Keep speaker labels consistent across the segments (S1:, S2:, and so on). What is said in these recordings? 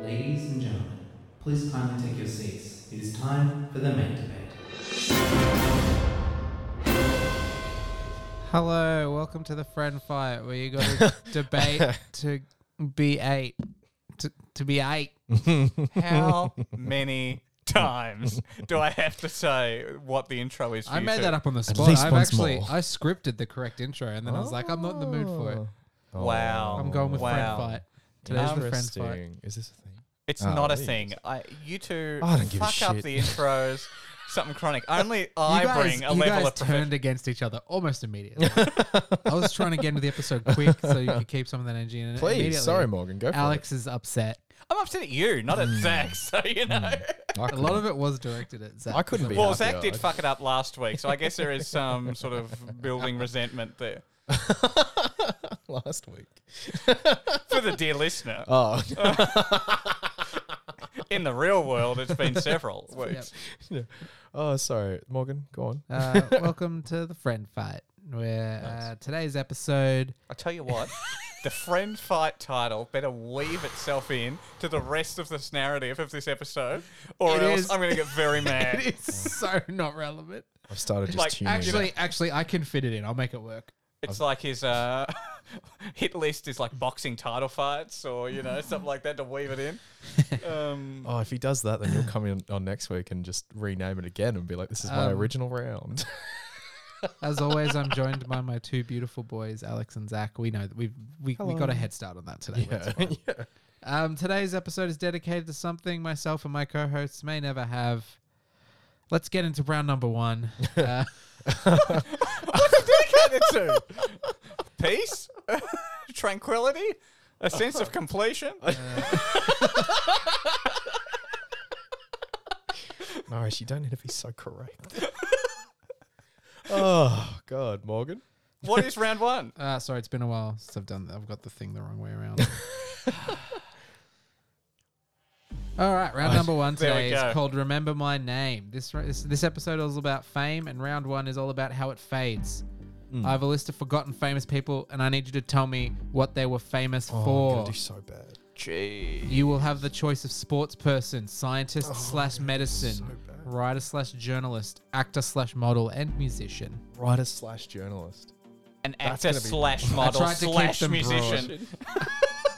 S1: Ladies and gentlemen, please kindly take your seats. It is time for the main debate.
S2: Hello, welcome to the friend fight where you got to debate to be eight. To, to be eight.
S3: How many times do I have to say what the intro is? For
S2: I
S3: you
S2: made
S3: two?
S2: that up on the spot.
S4: least
S2: I've
S4: once
S2: actually
S4: more.
S2: I scripted the correct intro and then I was like, I'm not in the mood for it.
S4: Oh.
S3: Wow,
S2: I'm going with
S3: wow.
S2: friend fight. Today's the friend fight.
S4: Interesting. Is this a thing?
S3: It's
S4: Oh,
S3: not a
S4: Jesus.
S3: thing. I, you two
S4: I don't give a
S3: fuck up
S4: shit.
S3: the intros. Something chronic. Only I
S2: Uh, you guys,
S3: bring a
S2: you
S3: level
S2: guys
S3: of profession-
S2: turned against each other almost immediately. I was trying to get into the episode quick so you could keep some of that energy in. and immediately
S4: Please, sorry, Morgan, go for
S2: Alex is upset.
S3: I'm upset at you, not at
S4: Hmm.
S3: Zach. So you know.
S4: it. I
S2: A lot of it was directed at Zach.
S4: I couldn't be
S3: Well,
S4: happier.
S3: Zach did fuck it up last week, so I guess there is some sort of building resentment there
S4: last week.
S3: for the dear listener.
S4: Oh,
S3: In the real world, it's been several
S2: Yep.
S3: weeks.
S4: oh, sorry, Morgan, go on.
S2: Uh, welcome to the friend fight where uh, today's episode
S3: I tell you what, the friend fight title better weave itself in to the rest of this narrative of this episode, or
S2: It
S3: else
S2: is-
S3: I'm going to get very mad.
S2: It is so not relevant.
S4: I've started just
S3: Like,
S4: tuning in.
S2: Actually, actually, I can fit it in. I'll make it work.
S3: It's like his uh, hit list is like boxing title fights, or you know something like that to weave it in. Um,
S4: Oh, if he does that, then you'll come in on next week and just rename it again and be like, "This is my
S2: Um,
S4: original round."
S2: As always, I'm joined by my two beautiful boys, Alex and Zach. We know that we've we, we got a head start on that today. That's fine. Um, today's episode is dedicated to something myself and my co-hosts may never have. Let's get into round number one. Uh,
S3: dedicated to peace, tranquility, a sense of completion.
S4: Norris, you don't need to be so correct. oh God, Morgan.
S3: What is round one?
S2: uh, sorry, it's been a while since I've done. I've got the thing the wrong way around. All right, round number one
S3: There we
S2: today is
S3: go.
S2: called "Remember My Name." This this, this episode is all about fame, and round one is all about how it fades.
S3: Hmm.
S2: I have a list of forgotten famous people, and I need you to tell me what they were famous
S4: Oh,
S3: Oh,
S4: I'm
S2: for.
S4: gonna do so bad.
S3: Gee.
S2: You will have the choice of sports person, scientist
S3: Oh,
S2: slash
S4: Oh,
S2: medicine, writer slash journalist, actor slash model, and musician.
S4: Writer slash journalist.
S3: An
S4: That's
S3: actor
S4: gonna be-
S3: slash model
S2: tried to keep
S3: slash
S2: them
S3: musician.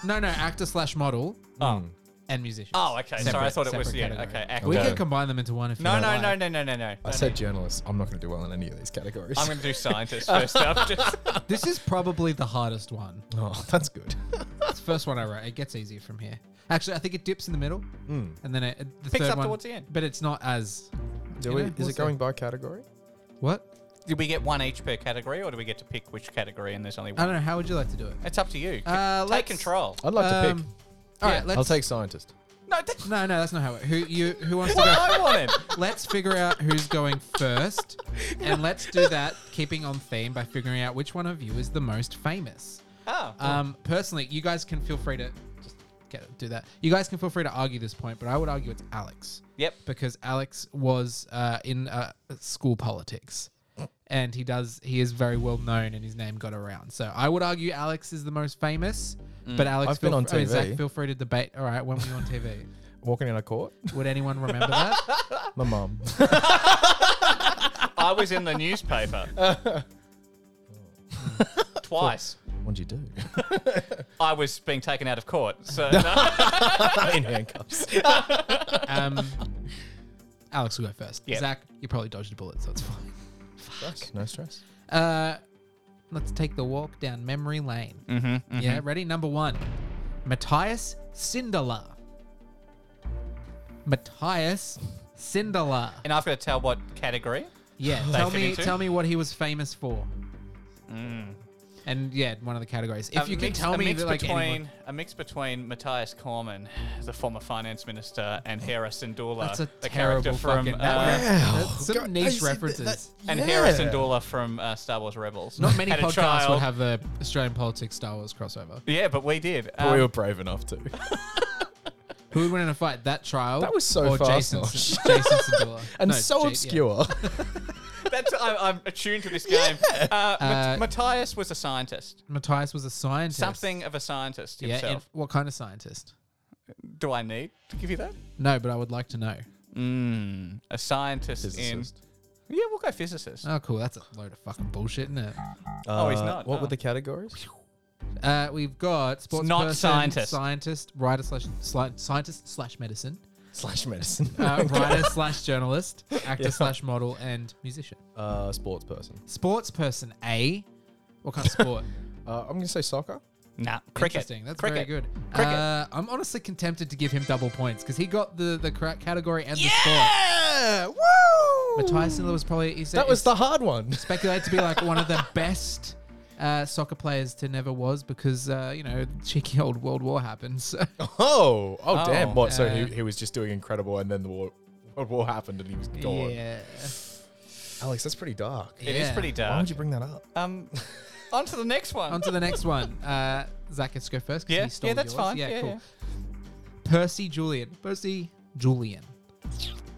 S2: No, no, actor slash model
S4: Oh.
S2: and musician.
S3: Oh, okay. Sorry, I
S2: Separate-
S3: thought it was
S2: separate
S3: yeah.
S2: category.
S3: Okay, actor.
S2: We
S4: Okay.
S2: can combine them into one if you
S3: No,
S2: don't
S3: no,
S2: like.
S3: no, no, no, no, no.
S4: I
S3: No,
S4: said
S3: no.
S4: journalist. I'm not going to do well in any of these categories.
S3: I'm going to do scientist first up. Just,
S2: This is probably the hardest one.
S4: oh, that's good.
S2: It's the first one I wrote. It gets easier from here. Actually, I think it dips in the middle, and then it, the
S3: Hmm. Picks
S2: third
S3: up
S2: one-
S3: towards the end.
S2: But it's not as.
S4: Do
S2: You
S4: we,
S2: know,
S4: is
S2: we'll
S4: it going by category?
S2: What?
S3: do we get one each per category, or do we get to pick which category? And there's only
S2: I
S3: one.
S2: don't know. How would you like to do it?
S3: It's up to you.
S2: Uh,
S3: Take
S2: let's-
S3: control.
S4: I'd like to pick.
S2: Um, All right,
S3: Yeah.
S2: let's.
S4: I'll take scientist.
S3: No, that's
S2: No, no, that's not how it. Who you? Who wants to
S3: what
S2: go?
S3: I wanted.
S2: Let's figure out who's going first, and let's do that, keeping on theme by figuring out which one of you is the most famous.
S3: Oh,
S2: Um, personally, you guys can feel free to just get do that. You guys can feel free to argue this point, but I would argue it's Alex
S3: yep.
S2: because Alex was uh, in uh, school politics, and he does he is very well known, and his name got around. So I would argue Alex is the most famous. But Alex,
S4: I've been
S2: feel
S4: on
S2: fr- uh, Zach,
S4: TV.
S2: feel free to debate. All right, when were you on TV?
S4: Walking in a court.
S2: Would anyone remember that?
S4: My mum.
S3: I was in the newspaper twice.
S4: What'd you do?
S3: I was being taken out of court. So
S4: in handcuffs.
S2: Um, Alex will go first.
S3: Yeah.
S2: Zach, you probably dodged a bullet, so it's fine.
S4: Stress. No stress.
S2: Uh, let's take the walk down memory lane. Mm-hmm, Yeah, ready? Number one, Matthias Sindelar. Matthias Sindelar.
S3: and I've got to tell what category.
S2: Yeah, tell
S3: fit
S2: me,
S3: into?
S2: tell me what he was famous for. And yeah, one of the categories. If
S3: Mm. A
S2: you can
S3: mix-
S2: tell
S3: a
S2: me,
S3: mix
S2: that, like
S3: between
S2: anyone,
S3: a mix between Matthias Cormann, the former finance minister, and Hera Sindula,
S2: that's a
S3: the
S2: terrible
S3: character from
S2: fucking.
S3: uh,
S2: that's some
S4: God, I
S2: niche
S4: see that-
S2: references.
S4: that-
S3: and
S4: yeah.
S3: Hera Sindula from uh, Star Wars Rebels.
S2: Not many
S3: Had a
S2: podcasts
S3: child.
S2: would have the Australian politics Star Wars crossover.
S3: Yeah, but we did.
S4: But
S3: Um,
S4: we were brave enough to.
S2: Who would win in a fight? That trial?
S4: That was so
S2: or
S4: fast,
S2: Jason,
S4: Nosh.
S2: Jason Segel?
S4: And
S2: No,
S4: so
S2: Ja- yeah.
S4: obscure.
S3: That's I, I'm attuned to this game. Uh, Mat-
S2: Uh,
S3: Matthias was a scientist,
S2: Matthias was a scientist.
S3: something of a scientist
S2: Yeah. and
S3: himself.
S2: what kind of scientist?
S3: Do I need to give you that?
S2: No, but I would like to know.
S3: Mm, a scientist
S4: Physicist.
S3: in. Yeah, we'll go physicist.
S2: Oh, cool. That's a load of fucking bullshit, isn't it?
S3: Oh, he's
S4: Uh,
S3: not,
S4: What
S3: no.
S4: were the categories?
S2: Uh, we've got sports
S3: not
S2: person,
S3: scientist.
S2: scientist, writer slash sli- scientist slash medicine,
S4: Slash medicine.
S2: uh, writer slash journalist, actor slash model, and musician.
S4: Uh, sports person.
S2: Sports person A. What kind of sport?
S4: Uh, I'm gonna say soccer.
S3: Nah, cricket.
S2: Interesting. That's
S3: cricket.
S2: very good.
S3: Cricket.
S2: Uh, I'm honestly tempted to give him double points because he got the the correct category and the sport.
S4: Yeah! Woo!
S2: Matthias Miller was probably he's,
S4: That was the hard one.
S2: speculated to be like one of the best uh, soccer players to never was because uh, you know cheeky old World War happened. So
S4: Oh, oh, damn! What? so
S2: Uh,
S4: he, he was just doing incredible, and then the war, World War happened, and he was gone.
S2: yeah,
S4: Alex, that's pretty dark.
S3: It is
S2: Yeah.
S3: pretty
S4: Why
S3: dark.
S4: would you bring that up?
S3: Um, on to the next one.
S2: On to the next one. Uh, Zach, let's go first. 'cause
S3: Yeah,
S2: he stole
S3: yeah, that's
S2: yours.
S3: fine. Yeah, yeah.
S2: Percy Julian. Percy Julian.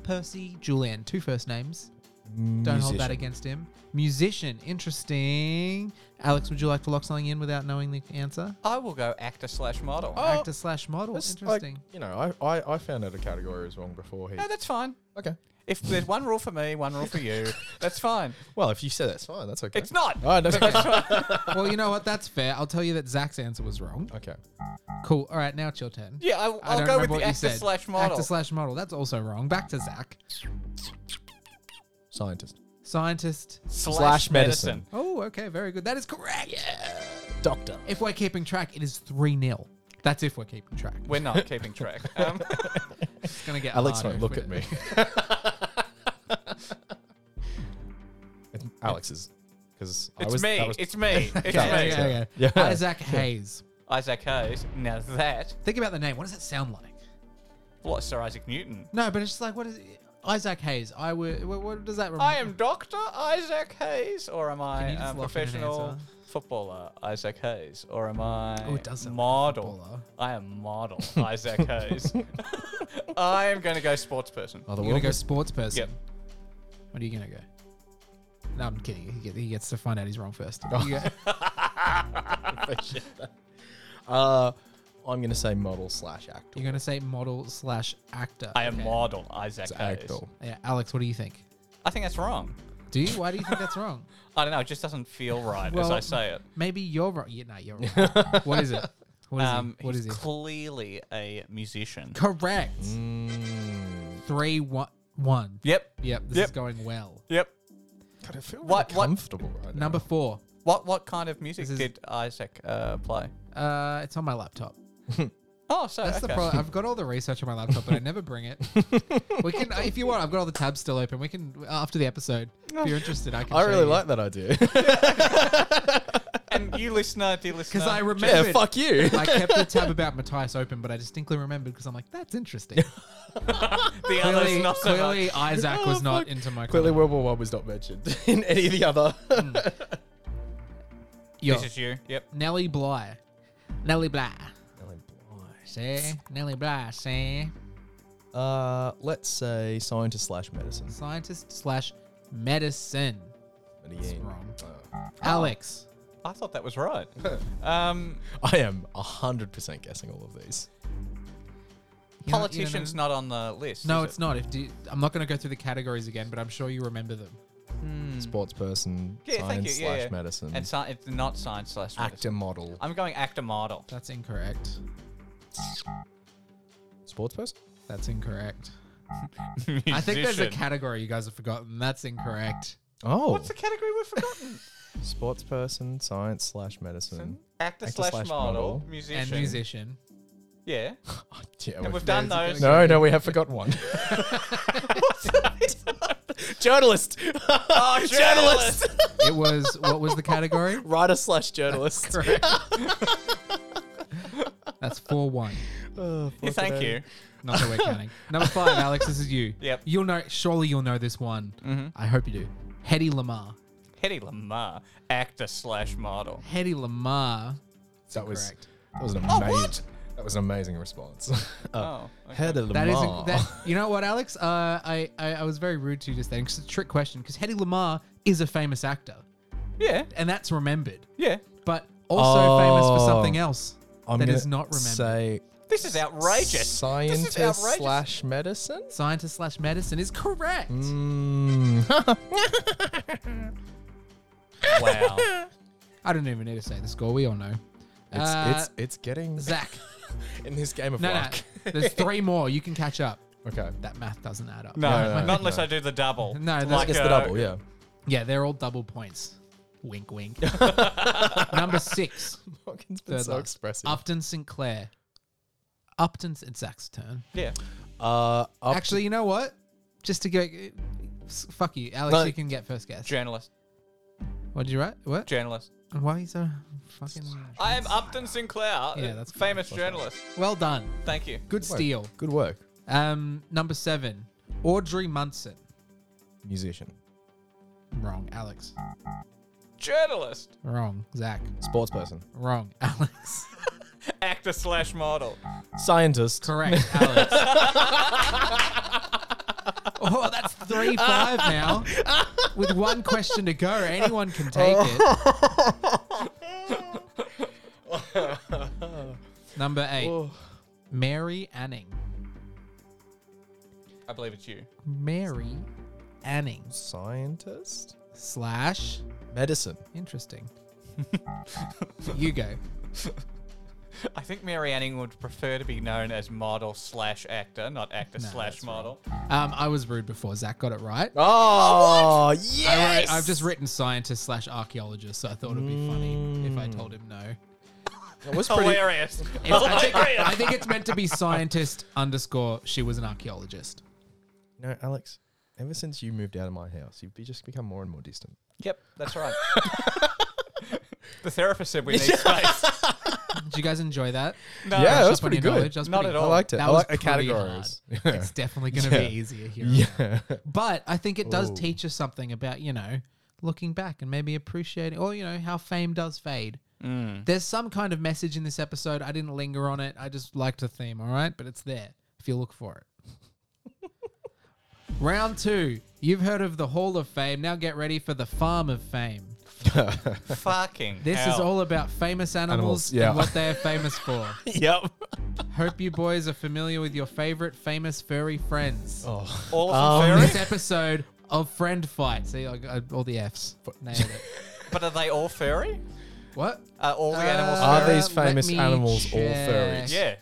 S2: Percy Julian. Two first names. Don't hold that
S4: Musician.
S2: against him. Musician. Interesting. Alex, would you like to lock something in without knowing the answer?
S3: I will go actor slash model.
S4: Oh,
S2: Actor slash model.
S4: That's like-
S2: Interesting.
S4: you know, I, I, I found out a category was wrong before he.
S3: Oh, No, that's fine.
S4: okay.
S3: If there's one rule for me, one rule for you, that's fine.
S4: Well, if you said that's fine, that's okay.
S3: It's not.
S4: Oh, that's okay.
S2: well, you know what? That's fair. I'll tell you that Zach's answer was wrong.
S4: okay.
S2: Cool. All right, now it's your turn.
S3: Yeah, I, will
S2: I
S3: I'll
S2: don't
S3: go with
S2: remember
S3: the
S2: what you
S3: actor
S2: said.
S3: slash model.
S2: Actor slash model. That's also wrong. Back to Zach.
S4: Scientist.
S2: Scientist.
S4: Slash medicine.
S2: Oh, okay. Very good. That is correct. Yeah.
S4: Doctor.
S2: If we're keeping track, it is 3 0. That's if we're keeping track.
S3: We're not keeping track. Um,
S2: It's going to get
S4: Alex
S2: harder
S4: won't
S2: if
S4: look
S2: we're-
S4: at me. It's Alex's, because
S3: it's,
S4: was,
S3: me.
S4: that was-
S3: it's me. It's
S4: Yeah,
S2: Okay,
S3: me.
S4: yeah,
S2: okay,
S4: Yeah.
S2: okay. Isaac Hayes.
S3: Isaac Hayes. Now that
S2: Think about the name. What does that sound like?
S3: what Sir Isaac Newton.
S2: No, but it's just like, what is it? Isaac Hayes? I would. What, what does that
S3: I
S2: remind
S3: am Doctor Isaac Hayes, or am
S2: Can
S3: I
S2: you just
S3: a
S2: lock in an
S3: professional
S2: answer?
S3: footballer Isaac Hayes, or am I
S2: Oh, it does sound like a
S3: model?
S2: footballer.
S3: I am model Isaac Hayes. I am going to go sports person.
S4: Oh, the
S2: You're going
S4: world
S2: to go
S4: was,
S2: sports person.
S3: Yep.
S2: What are you going to go? No, I'm kidding. He gets, he gets to find out he's wrong first. You go-
S4: uh, I'm going to say model slash actor.
S2: You're going to say model slash actor.
S3: I am
S2: Okay.
S3: model Isaac
S4: It's
S3: Hayes.
S4: actor.
S2: Yeah, Alex, what do you think?
S3: I think that's wrong.
S2: Do you? Why do you think that's wrong?
S3: I don't know. It just doesn't feel right as
S2: Well,
S3: I say it.
S2: Maybe you're wrong. Yeah, no, you're wrong. what is it? What is
S3: Um,
S2: it? What
S3: he's
S2: is it?
S3: clearly a musician.
S2: Correct.
S4: Mm.
S2: Three one one.
S3: Yep.
S2: Yep, this
S3: Yep.
S2: is going well.
S3: Yep.
S4: God, I feel really
S3: What- what-
S4: comfortable right now.
S3: Uh.
S2: Number four.
S3: What what kind of music
S2: This is-
S3: did Isaac uh, play?
S2: Uh, it's on my laptop.
S3: Oh, so
S2: That's
S3: okay.
S2: the problem. I've got all the research on my laptop, but I never bring it. We can, if you want, I've got all the tabs still open. We can after the episode.
S3: Oh,
S2: If you're interested, I can.
S4: I really like that idea.
S3: And you listener, dear listener,
S2: because I
S4: yeah,
S2: remembered.
S4: fuck you.
S2: I kept the tab about Matthias open, but I distinctly remembered because I'm like, that's interesting.
S3: the others
S2: clearly,
S3: not so much.
S2: clearly Isaac was
S4: Oh,
S2: not
S4: fuck.
S2: into my.
S4: Clearly,
S2: comment.
S4: World War One was not mentioned in any of the other.
S2: Yo,
S3: This is you. Yep.
S2: Nelly Bly, Nelly Bly, say Nelly Bly, say
S4: Uh, let's say scientist slash medicine.
S2: scientist slash medicine.
S4: Medellin.
S2: wrong.
S4: Uh,
S2: Alex,
S3: I thought that was right. Um,
S4: I am hundred percent guessing all of these.
S2: you know- you don't know-
S3: politician's not on the list.
S2: No,
S3: is
S2: it's not. If do, I'm not going to go through the categories again, but I'm sure you remember them.
S4: Sports person,
S3: Yeah, thank
S4: science
S3: you. Yeah,
S4: slash
S3: yeah.
S4: medicine,
S3: And sci- it's not science slash medicine.
S4: actor model.
S3: I'm going actor model.
S2: That's incorrect.
S4: Sports person.
S2: That's incorrect. I think there's a category you guys have forgotten. That's incorrect.
S4: Oh,
S3: What's the category we've forgotten?
S4: sports person, science slash medicine.
S3: actor,
S4: Actor
S3: slash,
S4: slash
S3: model,
S4: model.
S3: musician.
S2: And musician.
S3: Yeah.
S4: Oh, yeah,
S3: And
S4: we've-
S3: we've done
S2: there's a
S3: those.
S4: no, no, we have forgotten one. journalist.
S3: Oh, journalist.
S2: It was what was the category?
S4: Writer slash journalist.
S2: Correct. That's four one.
S4: Oh,
S3: Yeah, thank
S4: fucking
S3: you.
S2: Not that we're counting. Number five, Alex. This is you.
S3: Yep.
S2: You'll know. Surely you'll know this one.
S4: Mm-hmm.
S2: I hope you do. Hedy Lamar.
S3: Hedy Lamar, actor slash model.
S2: Hedy Lamar. That's
S4: That was
S2: incorrect.
S4: that was an
S2: Oh,
S4: amazing. That was an amazing response.
S3: Oh, okay.
S4: Head of the
S2: That
S4: Lamar.
S2: isn't. That, you know what, Alex? Uh, I, I I was very rude to you just then. 'cause It's a trick question. Because Hedy Lamar is a famous actor,
S3: Yeah,
S2: and that's remembered.
S3: yeah.
S2: But also famous for
S4: Oh.
S2: something else that is
S4: gonna
S2: not remembered.
S4: Say
S3: This is outrageous. This
S4: Scientist
S3: is outrageous.
S4: slash medicine?
S2: Scientist slash medicine is correct.
S4: Mm.
S3: Wow.
S2: I don't even need to say the score. We all know.
S4: it's,
S2: Uh,
S4: it's, it's getting
S2: Zach.
S4: in this game of
S2: No,
S4: luck.
S2: no. There's three more. You can catch up.
S4: Okay.
S2: That math doesn't add up.
S3: No,
S4: No, no,
S3: not unless
S4: no.
S3: I do the double.
S2: No, that's-
S4: I guess the
S3: uh,
S4: double, yeah.
S2: Yeah, they're all double points. Wink, wink. Number six.
S4: Morgan's been
S2: Third
S4: so
S2: last.
S4: expressive.
S2: Upton Sinclair. Upton. It's Zach's turn.
S3: Yeah.
S4: uh, up-
S2: Actually, you know what? Just to go. uh, s- Fuck you, Alex.
S4: No.
S2: You can get first guess.
S3: Journalist.
S2: What did you write? What?
S3: Journalist.
S2: Why are you so fucking?
S3: I am Upton Sinclair,
S2: Yeah,
S3: yeah,
S2: that's-
S3: that's famous journalist.
S2: Well done.
S3: Thank you.
S2: Good
S4: work.
S2: steal.
S4: Good work,
S2: Um, number seven. Audrey Munson.
S4: musician.
S2: Wrong, Alex.
S3: Journalist.
S2: Wrong, Zach.
S4: Sports person.
S2: Wrong, Alex.
S3: Actor slash model.
S4: Scientist.
S2: Correct, Alex. oh, that's three five now. With one question to go, anyone can take it. Number eight.
S4: Oh.
S2: Mary Anning.
S3: I believe it's you.
S2: Mary Anning
S4: Scientist?
S2: slash
S4: Medicine.
S2: interesting. you go.
S3: I think Mary Anning would prefer to be known as model slash actor, not actor
S2: No,
S3: slash
S2: that's wrong.
S3: model.
S2: Um, I was rude before. Zach got it right.
S4: Oh,
S2: I
S4: yes!
S2: wrote, I've just written scientist slash archaeologist, so I thought it'd be funny if I told him no.
S4: That was pretty.
S3: Hilarious.
S2: It's- I, think,
S3: Hilarious.
S2: I think it's meant to be scientist underscore. She was an archaeologist.
S4: No, Alex, ever since you moved out of my house, you've be- just become more and more distant.
S3: Yep, that's right. the therapist said we need space.
S2: Did you guys enjoy that?
S3: No,
S4: Yeah, that
S2: Brush
S4: was
S2: up on
S4: pretty
S2: your
S4: good.
S2: knowledge? That was
S3: Not
S2: pretty-
S3: at all.
S4: I liked it.
S2: That
S4: I
S2: was
S4: like the
S2: pretty
S4: categories.
S2: hard.
S4: Yeah.
S2: It's definitely going to
S4: Yeah.
S2: be easier here. and there.
S4: yeah.
S2: But I think it does
S4: Ooh.
S2: teach us something about, you know, looking back and maybe appreciating, or, you know, how fame does fade.
S3: Mm.
S2: There's some kind of message in this episode. I didn't linger on it. I just liked the theme, all right? But it's there if you look for it. Round two. You've heard of the Hall of Fame. Now get ready for the Farm of Fame.
S3: Fucking.
S2: This is
S3: hell.
S2: all about famous animals,
S4: Animals, yeah.
S2: and what they are famous for.
S4: yep.
S2: Hope you boys are familiar with your favorite famous furry friends.
S4: Oh.
S3: All
S4: Um,
S3: of them furry?
S2: This episode of Friend Fight. See, I got all the F's. Nailed it.
S3: But are they all furry?
S2: What?
S3: Are all the animals
S2: Uh,
S4: Are
S3: furry?
S4: these
S2: let
S4: famous
S2: me
S4: animals all
S2: check.
S4: furries?
S3: Yeah.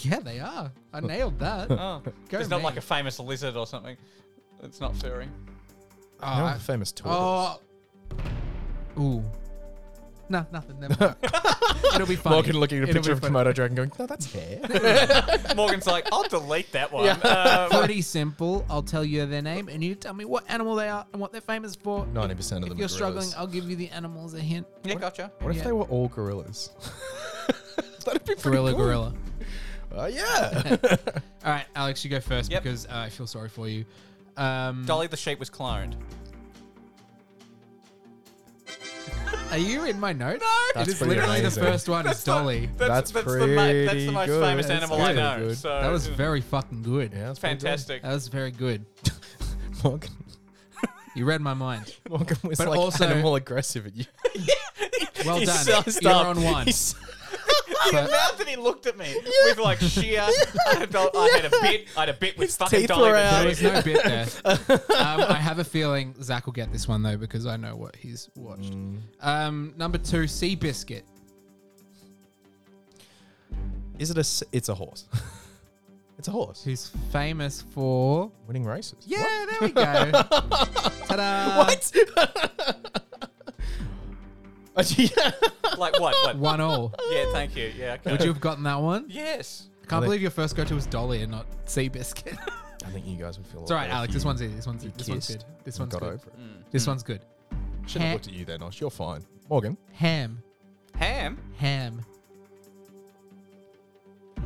S2: Yeah, they are. I nailed that. Oh,
S3: Oh.
S2: Go
S3: It's not
S2: me.
S3: like a famous lizard or something. It's not furry.
S4: I know
S2: I-
S4: the famous turtles.
S2: oh. Ooh. No, nothing. Never mind. It'll be funny.
S4: Morgan looking at a
S2: It'll
S4: picture
S2: be
S4: of
S2: funny.
S4: Komodo dragon going, no, that's hair.
S3: Morgan's like, I'll delete that one. Um,
S2: Pretty simple. I'll tell you their name, and you tell me what animal they are and what they're famous for.
S4: 90% of
S2: If
S4: them
S2: you're
S4: are
S2: struggling,
S4: gorillas.
S2: I'll give you the animals a hint.
S3: yeah, gotcha.
S4: What if
S2: Yeah.
S4: they were all gorillas? That'd be pretty
S2: Gorilla,
S4: cool.
S2: gorilla.
S4: Uh, yeah.
S2: All right, Alex, you go first
S3: Yep.
S2: because uh, I feel sorry for you. Um,
S3: Dolly the sheep was cloned.
S2: are you in my notes?
S4: That's
S2: it is
S4: pretty
S2: literally
S4: amazing.
S2: the first one is Dolly.
S4: That's
S3: the, mo- that's
S4: pretty
S3: the most
S4: good.
S3: famous
S4: That's
S3: animal
S4: good.
S3: I know.
S4: Good.
S3: So
S2: That was very fucking good.
S4: yeah, that's pretty good.
S3: fantastic.
S2: That was very good.
S4: Morgan,
S2: You read my mind.
S4: Morgan was
S2: But
S4: like
S2: also-
S4: animal aggressive at you.
S2: Well
S4: He's
S2: done.
S4: so
S2: You're
S4: stumped.
S2: on one.
S4: He's-
S3: the amount that he looked at me with like sheer. I, had, a- I had a bit. I had a bit with
S4: His
S3: fucking
S4: teeth
S3: Dolly.
S4: were
S3: the
S4: out.
S2: There
S3: sheep.
S2: was no bit there. um, I have a feeling Zach will get this one though because I know what he's watched.
S4: Mm.
S2: Um, number two, Sea Biscuit.
S4: Is it a? s- It's a horse. it's a horse.
S2: Who's famous for?
S4: Winning races.
S2: Yeah, there we go. Ta-da!
S4: What? yeah.
S3: Like what? What?
S2: One all.
S3: Yeah, thank you. Yeah. Okay.
S2: Would you have gotten that one?
S3: Yes.
S2: Can't
S4: I think-
S2: believe your first go-to was Dolly and not Sea Biscuit.
S4: I think you guys would feel.
S2: It's all right, Alex. This one's easy. This one's this one's good. This one's
S4: got
S2: good. Mm.
S4: over Hmm. it.
S2: This one's good.
S4: Should have
S2: Ha-
S4: looked at you then, Osh. You're fine, Morgan.
S2: Ham,
S3: Ham.
S2: ham,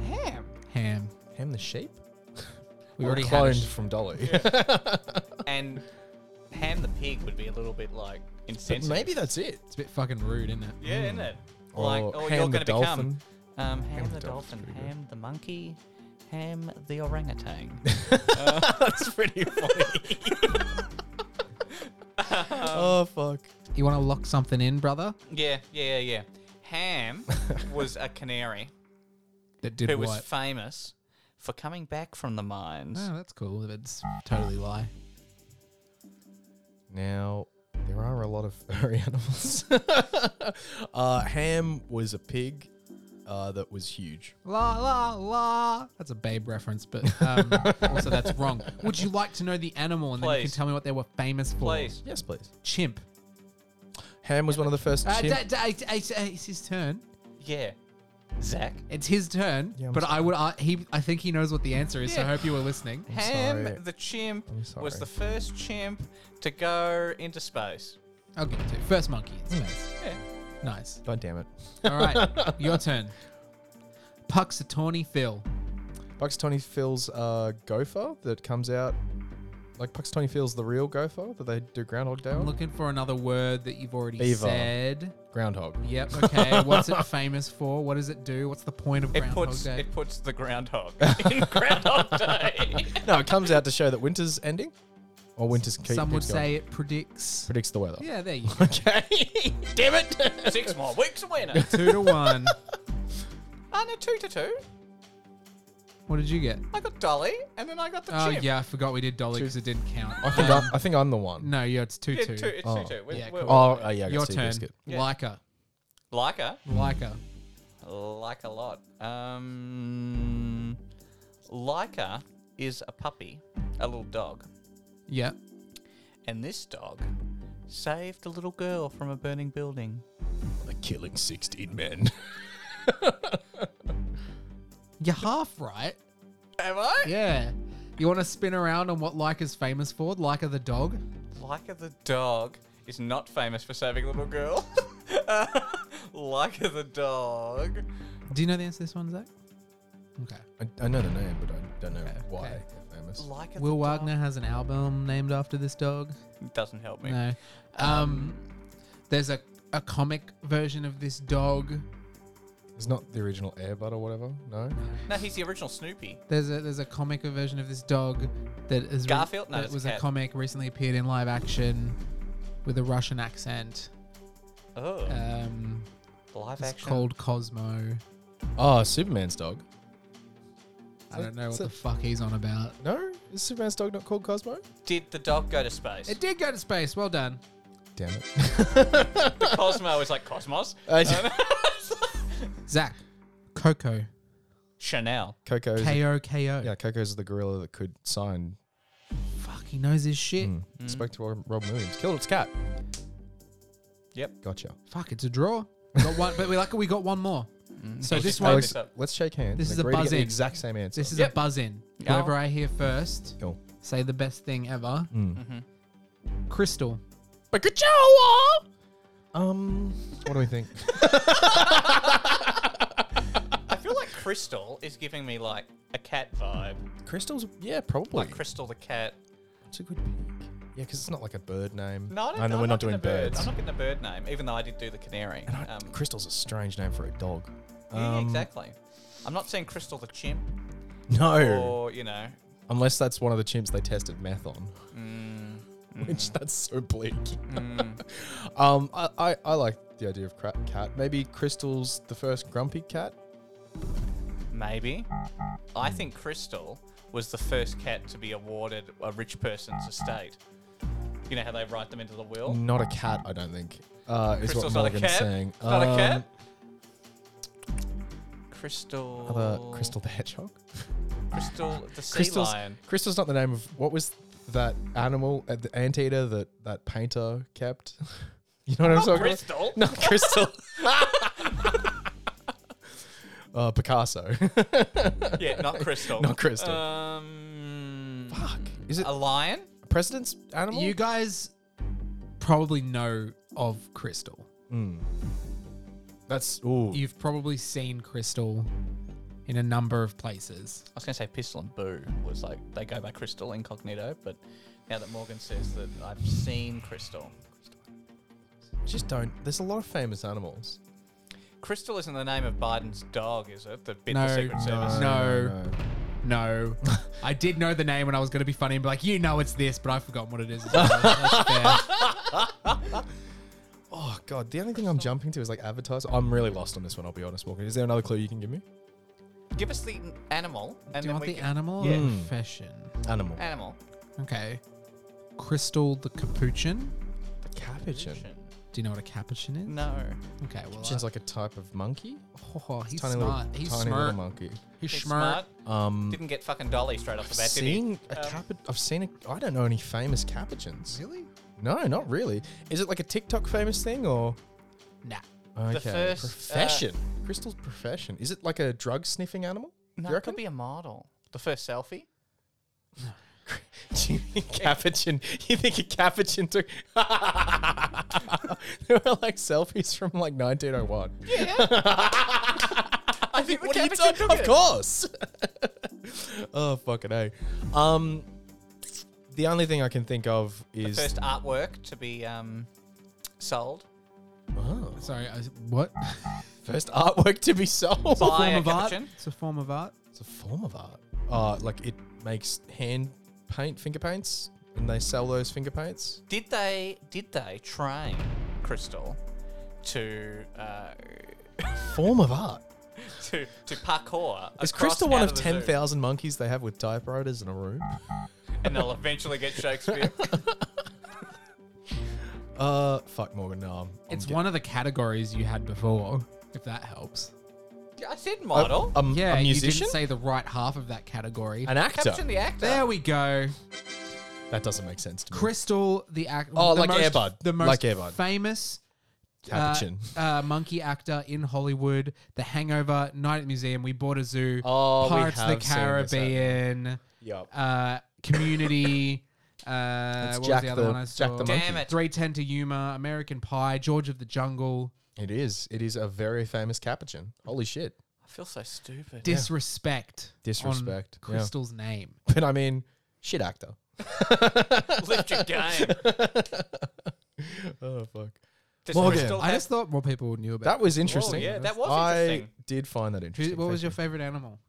S3: Ham.
S2: ham.
S4: Ham the sheep.
S2: We
S4: Or
S2: already had a
S4: cloned
S2: sh-
S4: from Dolly.
S3: And ham the pig would be a little bit like
S4: But
S3: insensitive.
S4: maybe that's it.
S2: It's a bit fucking rude, isn't it?
S3: Yeah, isn't it?
S4: Or
S3: like, oh,
S4: ham
S3: you're going
S4: the
S3: to become
S4: dolphin.
S3: um, ham,
S4: the
S3: the
S4: dolphin's
S3: dolphin,
S4: pretty good.
S3: ham the monkey, ham the orangutan.
S4: That's pretty funny. oh fuck.
S2: You want to lock something in, brother?
S3: yeah, yeah, yeah, yeah. Ham was a canary.
S2: that did
S3: who
S2: what?
S3: was famous for coming back from the mines.
S4: Ah.
S2: oh, that's cool. That's totally lie.
S4: Now, there are a lot of furry animals. uh, Ham was a pig uh, that was huge.
S2: La la la. That's a Babe reference, but um, also that's wrong. Would you like to know the animal and then you
S3: Please.
S2: can tell me what they were famous for?
S3: Please.
S4: Yes, please.
S2: Chimp.
S4: Ham was one of the first.
S2: Uh,
S4: chimp-
S2: da- da- it's, it's- uh, it's his turn.
S3: Yeah. Zach.
S2: It's his turn.
S4: Yeah, I'm
S2: but I would. Uh, he. I think he knows what the answer is. So I
S3: Yeah.
S2: hope you were listening.
S3: Ham
S4: sorry.
S3: the chimp
S4: I'm
S3: was
S4: sorry.
S3: the first chimp to go into space.
S2: I'll give it to you. First monkey. It's nice.
S3: Yeah.
S2: Nice.
S4: God damn it.
S2: All right, your turn. Puxatawny Phil.
S4: Bucks Tony Phil's uh, gopher that comes out. Like Bucks Tony Phil's the real gopher that they do Groundhog Day
S2: I'm
S4: on?
S2: looking for another word that you've already
S4: Beaver.
S2: said.
S4: Groundhog.
S2: Yep. Okay. What's it famous for? What does it do? What's the point of
S3: It
S2: Groundhog
S3: puts
S2: Day?
S3: it puts the groundhog in Groundhog Day.
S4: No, it comes out to show that winter's ending, or winter's keep,
S2: Some would
S4: keeps going.
S2: say it predicts.
S4: predicts the weather.
S2: Yeah, there you go.
S4: Okay. damn it.
S3: Six more weeks of winter.
S2: Two to one.
S3: Oh no, two to two.
S2: What did you get?
S3: I got Dolly, and then I got the
S2: Oh
S3: chimp.
S2: yeah, I forgot we did Dolly because it didn't count.
S4: I think,
S2: Um,
S4: I'm, I think I'm the one.
S2: no, yeah, it's two
S3: Yeah,
S2: two.
S3: two- it's
S4: Oh.
S3: two two. We're,
S2: Yeah,
S3: we're,
S2: cool.
S4: Oh, uh, yeah. I got
S2: Your
S4: sea
S2: turn.
S4: biscuit.
S3: Yeah.
S2: Like her.
S3: Like a,
S2: Like her.
S3: like a lot. Um, Leica is a puppy, a little dog,
S2: Yep.
S3: and this dog saved a little girl from a burning building.
S4: Like killing 16 men.
S2: You're half right.
S3: Am I?
S2: Yeah. You want to spin around on what Leica's famous for? Leica the dog?
S3: Leica the dog is not famous for saving a little girl. Leica the dog.
S2: Do you know the answer to this one, Zach? Okay.
S4: I, I know the name, but I don't know why
S2: okay.
S4: they're famous.
S3: Leica the
S2: Will
S3: dog.
S2: Wagner has an album named after this dog.
S3: doesn't help me.
S2: No. Um, there's a, a comic version of this dog.
S4: It's not the original Airbud or whatever. No.
S3: No, he's the original Snoopy.
S2: There's a there's a comic version of this dog that is re-
S3: Garfield? No,
S2: that
S3: it's a
S2: was a
S3: cat.
S2: comic recently appeared in live action with a Russian accent.
S3: Oh,
S2: Um,
S3: live
S2: it's
S3: action.
S2: called Cosmo.
S4: Oh, Superman's dog.
S2: I don't know what
S4: So-
S2: the fuck he's on about.
S4: No, is Superman's dog not called Cosmo?
S3: Did the dog go to space?
S2: It did go to space. Well done.
S4: Damn it.
S3: Cosmo is like Cosmos.
S2: Zach, Coco.
S3: Chanel.
S4: Coco's.
S2: K O K O.
S4: yeah, Coco's the gorilla that could sign.
S2: Fuck, he knows his shit.
S4: Mm. Spoke to Rob Rob Williams. Killed its cat.
S3: Yep.
S4: Gotcha.
S2: Fuck, it's a draw. We got one, but we like we got one more. So this
S3: Okay.
S2: one,
S4: Mm. Alex,
S3: messed up.
S4: let's shake hands.
S2: This
S4: and
S2: is a
S4: agree to get
S2: buzz
S4: the
S2: in.
S4: exact same answer.
S2: this is a
S3: Yep.
S2: buzz in.
S3: Yeah.
S2: Whoever I hear first,
S4: Cool.
S2: say the best thing ever.
S4: Mm-hmm.
S2: Crystal.
S4: Um, what do we think?
S3: I feel like Crystal is giving me like a cat vibe.
S4: Crystals? Yeah, probably.
S3: Like Crystal the cat.
S4: It's a good pick. Yeah, because it's not like a bird name.
S3: No, I don't,
S4: I know
S3: I'm
S4: we're not
S3: getting a
S4: doing
S3: bird.
S4: birds.
S3: I'm not getting a bird name, even though I did do the canary. Um,
S4: Crystal's a strange name for a dog.
S3: yeah,
S4: Um,
S3: exactly. I'm not seeing Crystal the chimp
S4: No,
S3: or you know.
S4: unless that's one of the chimps they tested meth on,
S3: Mm,
S4: which that's so bleak.
S3: mm.
S4: Um, I, I, I like the idea of cra- cat. Maybe Crystal's the first grumpy cat.
S3: Maybe. I think Crystal was the first cat to be awarded a rich person's estate. You know how they write them into the will?
S4: Not a cat, I don't think. Uh, Mm, is
S3: Oh. Crystal's
S4: what
S3: not a
S4: Morgan's
S3: cat?
S4: saying.
S3: It's not a
S4: Um,
S3: cat? Crystal.
S4: Other Crystal the Hedgehog.
S3: Crystal the Oh. sea
S4: Crystal's,
S3: lion.
S4: Crystal's not the name of what was that animal, uh, the anteater that that painter kept. you know what I'm
S3: Not
S4: talking about?
S3: Crystal.
S4: Not Crystal. uh, Picasso.
S3: Yeah, not Crystal.
S4: Not Crystal.
S3: Um,
S4: Fuck. Uh, Is it
S3: a lion?
S4: president's animal?
S2: You guys probably know of Crystal.
S4: That's ooh.
S2: You've probably seen Crystal in a number of places.
S3: I was going to say Pistol and Boo was like, they go by Crystal incognito, but now that Morgan says that I've seen Crystal.
S4: just don't. There's a lot of famous animals.
S3: Crystal isn't the name of Biden's dog, is it? That bit
S2: No,
S3: the Secret
S2: no.
S3: Service.
S2: No. No. I did know the name when I was going to be funny and be like, you know it's this, but I've forgotten what it is. as well." That's fair.
S4: Oh god, the only thing I'm jumping to is like avatars. I'm really lost on this one. I'll be honest, Morgan. Is there another clue you can give me?
S3: Give us the n- animal, and
S2: Do you
S3: then
S2: want
S3: we
S2: the
S3: can-
S2: animal or
S3: Yeah.
S4: Mm.
S2: profession?
S4: Animal.
S3: Animal.
S2: Okay. Crystal the Capuchin.
S4: Capuchin.
S2: Do you know what a Capuchin is?
S3: No.
S2: Okay, well,
S4: Capuchin's like a type of monkey.
S2: uh, oh, he's
S4: tiny
S2: smart.
S4: little,
S2: he's
S4: tiny
S2: smart.
S4: little monkey.
S2: He's
S3: He's
S2: smart.
S3: smart.
S4: Um,
S3: Didn't get fucking dolly straight off the bat, did he?
S4: seen a
S3: Um,
S4: capuchin. I've seen a. I don't know any famous capuchins.
S2: Really?
S4: No, not really. Is it like a TikTok famous thing or?
S2: Nah.
S4: Okay.
S3: first, uh,
S4: profession. Crystal's profession. Is it like a drug sniffing animal?
S3: No,
S4: you
S3: it
S4: reckon?
S3: could be a model. The first selfie.
S4: Do you think capuchin? You think a capuchin took? they were like selfies from like 1901.
S3: Yeah. I think
S4: What
S3: the
S4: are you
S3: capuchin
S4: talking?
S3: took
S4: Of
S3: it.
S4: course. oh fucking a. Um, the only thing I can think of
S3: The
S4: is
S3: first artwork to be um, sold
S4: Oh.
S2: Sorry, I was, what?
S4: first artwork to be sold.
S3: by
S2: form
S3: a
S2: of art.
S3: capuchin.
S2: It's a form of art.
S4: It's a form of art. Uh, like it makes hand paint, finger paints, and they sell those finger paints.
S3: Did they did they train Crystal to uh,
S4: Form of art.
S3: to to parkour?
S4: Is
S3: across
S4: Crystal one
S3: out
S4: of
S3: the zoo?
S4: 10,000 monkeys they have with typewriters in a room?
S3: And they'll eventually get Shakespeare.
S4: Uh, fuck Morgan, no. I'm,
S2: It's
S4: I'm
S2: one of the categories you had before, if that helps.
S3: I said
S4: get-
S3: model.
S4: A, a,
S2: Yeah,
S4: a
S2: you
S4: musician?
S2: didn't say the right half of that category.
S4: An actor?
S3: Caption the actor.
S2: there we go.
S4: That doesn't make sense to me.
S2: Crystal, the act.
S4: Oh,
S2: the
S4: like
S2: most,
S4: Air Bud.
S2: The most
S4: Like Air Bud.
S2: famous uh,
S4: Capuchin.
S2: uh, monkey actor in Hollywood. The Hangover, Night at the Museum, We Bought a Zoo,
S4: Oh, we
S2: Pirates of the
S4: have seen this happen.
S2: Caribbean,
S4: Yup.
S2: uh, Community. Uh,
S4: It's
S2: what was
S4: Jack
S2: the other
S4: the-
S2: one I
S4: Jack
S2: saw?
S4: the
S3: Damn Monkey. it.
S2: 310 to Yuma, American Pie, George of the Jungle,
S4: It is. It is a very famous Capuchin. Holy shit.
S3: I feel so stupid.
S2: Disrespect. on
S4: Disrespect, yeah.
S2: Crystal's name.
S4: But I mean, shit actor.
S3: Lift your game.
S4: Oh, fuck.
S3: Does
S4: Morgan,
S3: Crystal
S2: I
S3: have-
S2: just thought more people knew about
S4: That was interesting.
S3: yeah, that was
S4: I
S3: interesting.
S4: did find that
S2: Who,
S4: interesting.
S2: what was your
S4: Thank
S2: favorite animal?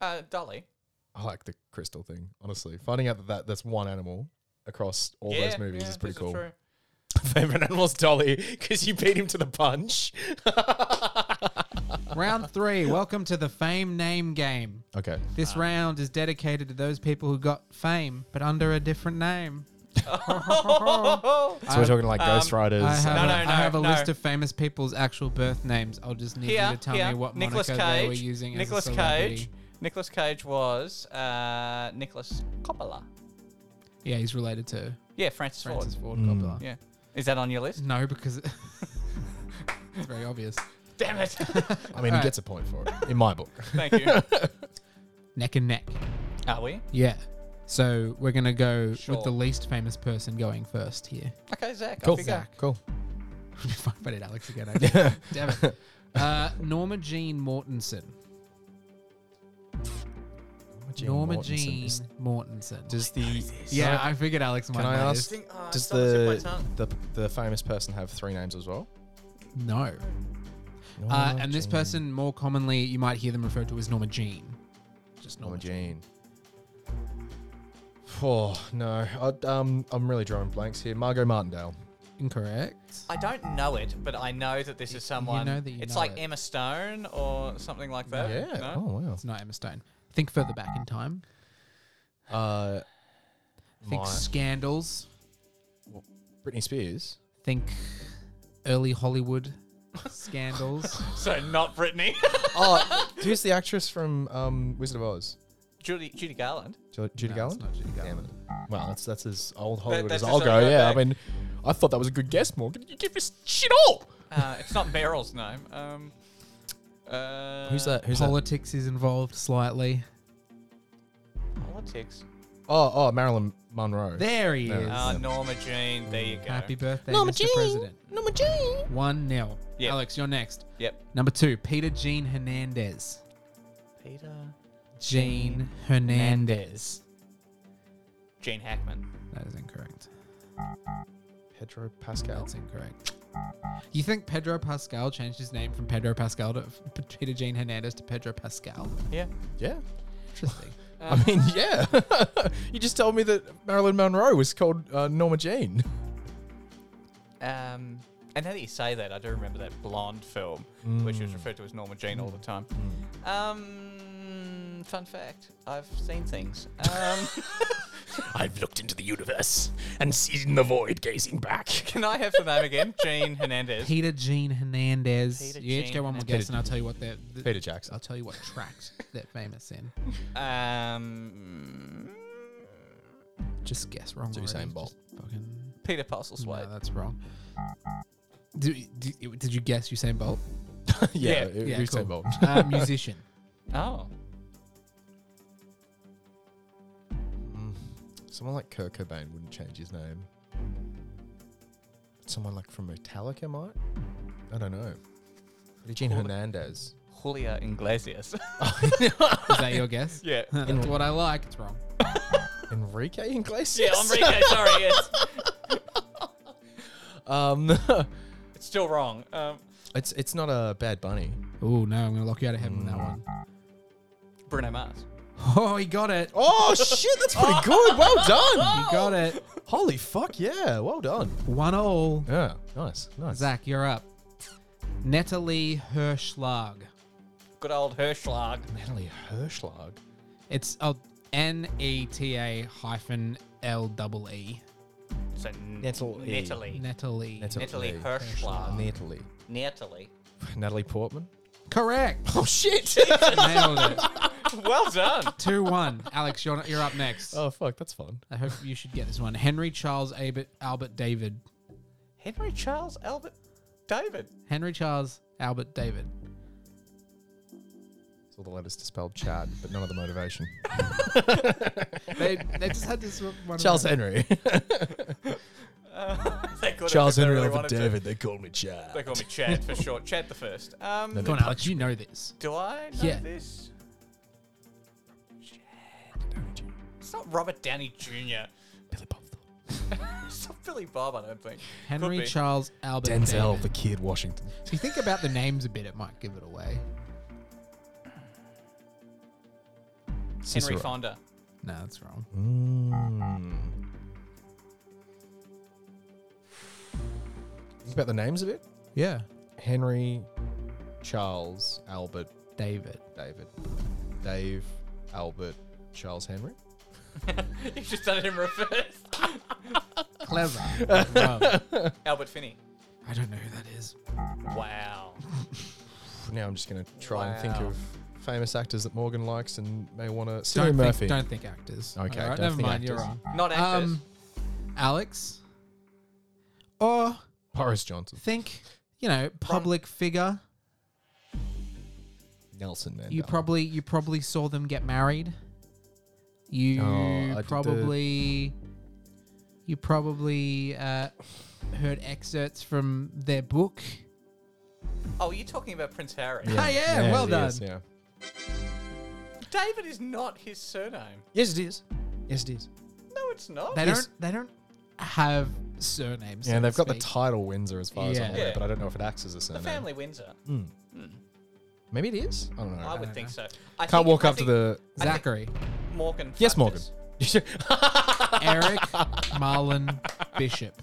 S3: uh, Dolly.
S4: I like the crystal thing, honestly. Finding out that, that that's one animal across all
S3: yeah,
S4: those movies
S3: yeah,
S4: is pretty
S3: this
S4: cool.
S3: true.
S4: Favorite animal's Dolly because you beat him to the punch.
S2: Round three. Welcome to the fame name game.
S4: Okay.
S2: This round is dedicated to those people who got fame but under a different name.
S3: Oh,
S4: So we're talking like Ghost
S3: um,
S4: Riders.
S2: Uh, I have,
S3: No,
S2: a,
S3: no,
S2: I
S3: no,
S2: have a
S3: no.
S2: list of famous people's actual birth names. I'll just need
S3: here,
S2: you to tell
S3: here.
S2: me what
S3: Nicolas
S2: moniker
S3: Cage.
S2: they were using
S3: Nicolas
S2: as a celebrity.
S3: Cage. Nicolas Cage was uh, Nicholas Coppola.
S2: Yeah, he's related to
S3: Yeah, Francis,
S2: Francis Ford
S3: Ford.
S4: Mm.
S2: Coppola.
S3: Yeah. Is that on your list?
S2: No, because it's very obvious.
S3: Damn it.
S4: I mean,
S2: Alright.
S4: he gets a point for it in my book.
S3: Thank you.
S2: Neck and neck.
S3: Are we?
S2: Yeah. So we're gonna go
S3: Sure.
S2: with the least famous person going first here.
S3: Okay, Zach.
S4: Cool.
S3: Off you go.
S4: Cool.
S2: Fuck, I did Alex again. actually. Damn it. Uh, Norma Jean Mortensen. Norma Jean
S4: Is-
S2: Mortensen.
S4: Does the
S2: yeah, I figured Alex might
S4: Can I
S2: know
S4: ask-
S2: this.
S4: does
S3: on the tip of Uh, my
S4: the,
S3: tongue.
S4: the the famous person have three names as well?
S2: No.
S4: Oh,
S2: Uh, and this person, more commonly, you might hear them referred to as Norma Jean. Just Norma,
S4: Norma
S2: Jean.
S4: Jean. Oh no, I, um, I'm really drawing blanks here. Margot Martindale.
S2: Incorrect.
S3: I don't know it, but I know that this is someone.
S2: know that you
S3: it's
S2: know
S3: like
S2: it.
S3: Emma Stone or something like that.
S4: Yeah.
S3: No?
S4: Oh
S2: It's not Emma Stone. Think further back in time.
S4: wow. Uh,
S2: Think
S4: my-
S2: scandals.
S4: Britney Spears.
S2: Think early Hollywood scandals.
S3: So not Brittany.
S4: Oh, who's the actress from um, Wizard of Oz?
S3: Judy Judy Garland.
S4: Ju- Judy
S2: No, it's
S4: Garland.
S2: not Judy
S4: Damn
S2: Garland.
S4: it. Well, that's that's as old Hollywood
S3: that's
S4: as
S3: as
S4: I'll
S3: I
S4: go.
S3: go
S4: Yeah,
S3: back.
S4: I mean, I thought that was a good guess, Morgan. You give us shit all.
S3: Uh, it's not Meryl's name. Um, uh,
S4: Who's that? Who's that?
S2: Politics is involved slightly.
S3: Politics.
S4: Oh, oh, Marilyn Monroe.
S2: There he
S4: No. Ah,
S2: is.
S3: Uh, Norma Jean. There you go.
S2: Happy birthday,
S4: Norma
S2: Mr.
S4: Jean.
S2: President.
S4: Norma Jean.
S2: One nil.
S3: Yeah.
S2: Alex, you're next.
S3: Yep.
S2: Number two, Peter Jean Hernandez.
S3: Peter.
S2: Jean Hernandez.
S3: Gene Hackman.
S2: That is incorrect.
S4: Pedro Pascal.
S2: That's incorrect. You think Pedro Pascal changed his name from Pedro Pascal to Peter Jean Hernandez to Pedro Pascal?
S3: Yeah.
S4: Yeah.
S2: Interesting.
S4: I mean, yeah. you just told me that Marilyn Monroe was called uh, Norma Jean.
S3: Um, And now that you say that, I do remember that blonde film, which was referred to as Norma Jean all the time. Um, fun fact: I've seen things. Um,
S4: I've looked into the universe and seen the void gazing back.
S3: can I have the name again? Jean Hernandez.
S2: Peter Gene Hernandez.
S3: Peter
S2: you each
S3: Jean
S2: get one more
S3: Hernandez.
S2: guess, and I'll tell you what they're. th-
S4: Peter Jackson.
S2: I'll tell you what tracks they're famous in.
S3: Um,
S2: Just guess wrong.
S4: So you're
S2: already.
S4: saying Bolt.
S2: Just Fucking.
S3: Peter Postlethwaite.
S2: No, that's wrong. Do, do, did you guess Usain Bolt?
S4: yeah,
S3: Yeah,
S4: it-
S2: yeah,
S4: Usain
S2: cool.
S4: Bolt.
S2: Uh, musician.
S3: Oh,
S4: Someone like Kurt Cobain wouldn't change his name. Someone like from Metallica might. I don't know. Eugene
S3: Cool.
S4: Hernandez.
S3: Julia Iglesias.
S2: Is that your guess?
S3: yeah.
S2: That's what I like. It's wrong.
S4: Enrique Iglesias.
S3: Yeah, Enrique. Sorry, yes.
S4: Um,
S3: It's still wrong. Um,
S4: it's it's not a Bad Bunny.
S2: Oh no, I'm gonna lock you out of heaven with that
S4: Hmm.
S2: one.
S3: Bruno Mars.
S2: Oh, he got it.
S4: Oh shit, that's pretty good. Well done.
S2: He got it.
S4: Holy fuck, yeah. Well done.
S2: One all.
S4: Yeah, nice, nice.
S2: Zach, you're up. Natalie Hirschlag.
S3: Good old Hirschlag.
S4: Natalie Hirschlag.
S2: It's oh, N E T A hyphen L double E.
S3: So
S4: Natalie.
S3: Natalie.
S2: Natalie.
S3: Natalie Hirschlag.
S4: Natalie.
S3: Natalie.
S4: Natalie Portman.
S2: Correct.
S4: Oh shit.
S2: Nailed it.
S3: Well done.
S2: Two one. Alex, you're you're up next.
S4: oh fuck, that's fun.
S2: I hope you should get this one. Henry Charles Albert, Albert David.
S3: Henry Charles Albert David.
S2: Henry Charles Albert David.
S4: It's all the letters to spell Chad, but none of the motivation.
S2: They they just had this one.
S4: Charles Henry.
S3: They could have
S4: Charles
S3: if they
S4: Henry
S3: really
S4: over
S3: wanted to.
S4: David. They called me Chad.
S3: They call me Chad for short. Chad the first. Um,
S2: Come on, Alex, you know this.
S3: do I know
S2: Yeah.
S3: this? It's not Robert Downey Jr.
S4: Billy Bob Thornton.
S3: It's not Billy Bob, I don't think.
S2: Henry
S3: be.
S2: Charles Albert
S4: Denzel,
S2: David.
S4: the kid Washington.
S2: If you think about the names a bit, it might give it away.
S3: Henry
S4: Cicero.
S3: Fonda.
S2: No, that's wrong.
S4: Mm. Think about the names a bit.
S2: Yeah.
S4: Henry, Charles, Albert,
S2: David.
S4: David, Dave, Albert, Charles Henry.
S3: You've just done it in reverse.
S2: Clever. Wrong.
S3: Albert Finney.
S2: I don't know who that is.
S3: Wow.
S4: Now I'm just going to try and think
S3: Wow.
S4: of famous actors that Morgan likes and may want to.
S2: Don't
S4: Cillian
S2: think,
S4: Murphy.
S2: don't think actors.
S4: Okay,
S2: All right,
S4: don't
S2: never
S4: think
S2: mind. You're
S4: actors.
S2: wrong.
S3: Not actors.
S2: Um, Alex. Or
S4: Horace Johnson.
S2: think, you know, public figure.
S4: Nelson Mandela.
S2: You probably you probably saw them get married. You
S4: Oh, I did the-
S2: probably you probably uh, heard excerpts from their book.
S3: oh, you're talking about Prince Harry.
S2: Ah, yeah, well
S4: it is,
S2: done.
S4: yeah.
S3: David is not his surname.
S4: Yes, it is. Yes, it is.
S3: No, it's not.
S2: They
S4: Yes.
S2: don't they don't have surnames.
S4: Yeah,
S2: so
S4: and they've
S2: to
S4: got the
S2: speak.
S4: title Windsor as far as I'm
S2: Yeah.
S4: aware,
S3: Yeah.
S4: but I don't know if it acts as a
S3: the
S4: surname.
S3: family Windsor.
S4: Maybe it is. I don't know.
S3: I
S4: I
S3: would
S2: don't
S3: think
S2: know.
S3: so. I
S4: Can't
S3: think-
S4: walk
S3: I
S4: up to
S3: think
S4: the.
S3: I think-
S2: Zachary,
S3: Morgan.
S4: Yes,
S3: fucked
S4: Morgan.
S3: us.
S2: Eric, Marlon, Bishop.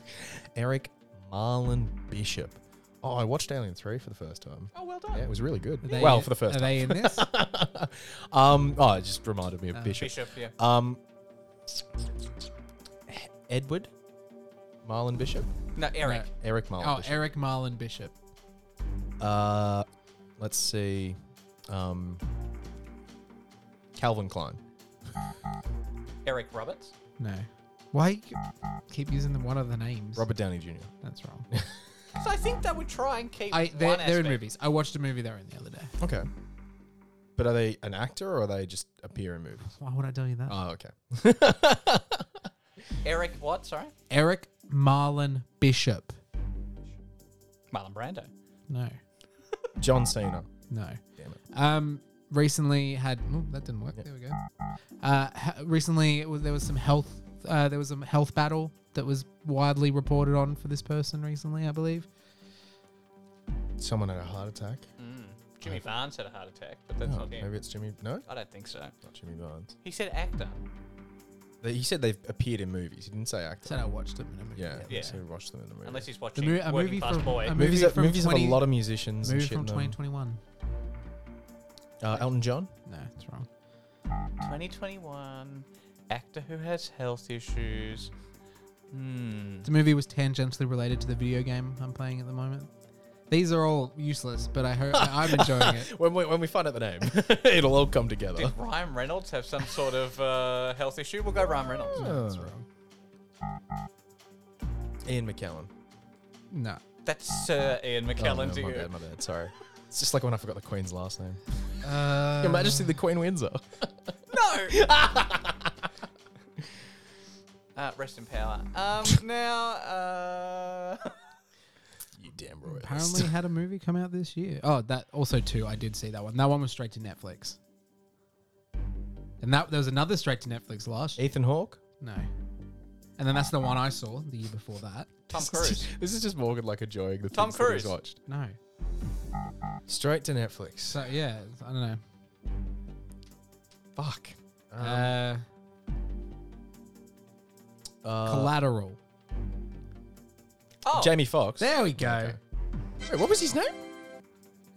S4: Eric Marlon Bishop. Oh, I watched Alien Three for the first time.
S3: Oh, well
S4: Yeah,
S3: done.
S4: it was really good.
S2: Are they-
S4: well, for the first
S2: Are
S4: time.
S2: they in this?
S4: Um, oh, it just reminded me of Bishop.
S3: Bishop, yeah.
S4: Um, Edward Marlon Bishop.
S3: No, Eric.
S4: Eric Marlon.
S2: oh,
S4: Bishop.
S2: Eric, Marlon, Bishop.
S4: Uh, let's see. Um, Calvin Klein.
S3: Eric Roberts.
S2: No. Why you keep using the one of the names?
S4: Robert Downey Jr.
S2: That's wrong.
S3: Because I think they would try and keep.
S2: I they're,
S3: one
S2: they're in
S3: aspect.
S2: movies. I watched a movie they were in the other day.
S4: Okay. But are they an actor or are they just appear in movies?
S2: Why would I tell you that?
S4: Oh, okay.
S3: Eric, what? Sorry?
S2: Eric Marlon Bishop.
S3: Marlon Brando.
S2: No,
S4: John Cena.
S2: no.
S4: Damn it.
S2: Um, recently had oh, that didn't work. There we go. Uh, h- recently it was, there was some health. Uh, there was a health battle that was widely reported on for this person recently, I believe.
S4: Someone had a heart attack.
S3: Jimmy
S2: Oh.
S3: Barnes had a heart attack, but that's
S4: Oh,
S3: not him.
S4: maybe it's Jimmy. No,
S3: I don't think so.
S4: not Jimmy Barnes.
S3: He said actor.
S4: They- He said they've appeared in movies. He didn't say actor.
S2: Said I watched it in a movie.
S4: Yeah,
S3: Yeah.
S4: So we watched them in the movie.
S3: Unless he's
S2: The
S3: watching
S2: mo- a
S3: Working
S2: movie
S3: Class
S2: from
S3: Boy.
S2: a movie
S4: movies, that,
S2: from
S4: movies
S2: 20
S4: have a lot of musicians and
S2: Movie
S4: shit.
S2: from
S4: in them.
S2: 2021.
S4: Uh, Elton John.
S2: No, it's wrong.
S3: 2021 actor who has health issues. Hmm.
S2: The movie was tangentially related to the video game I'm playing at the moment. These are all useless, but I hope I- I'm enjoying it.
S4: When we when we find out the name, it'll all come together.
S3: Did Ryan Reynolds have some sort of uh, health issue? We'll go Ryan Reynolds.
S2: That's
S4: Oh.
S2: wrong.
S4: Ian McKellen.
S2: No.
S3: That's Sir Ian
S4: oh,
S3: McKellen
S4: no,
S3: to
S4: my
S3: you.
S4: bad, my bad. Sorry. It's just like when I forgot the Queen's last name.
S2: Uh,
S4: Your Majesty, the Queen Windsor.
S3: No. uh, rest in power. Um, now, uh,
S4: you damn royalist.
S2: Apparently had a movie come out this year. Oh, that also too. I did see that one. That one was straight to Netflix. And that there was another straight to Netflix last year.
S4: Ethan Hawke.
S2: No. And then that's the one I saw the year before that.
S3: Tom
S4: This is
S3: Cruise.
S4: just- This is just Morgan like enjoying the
S3: Tom
S4: things that he's
S3: Cruise.
S4: watched.
S2: No.
S4: Straight to Netflix.
S2: So yeah, I don't know.
S4: Fuck. Um,
S2: uh,
S4: uh,
S2: collateral.
S3: Oh,
S4: Jamie Foxx.
S2: There we go.
S4: Okay. Wait, what was his name?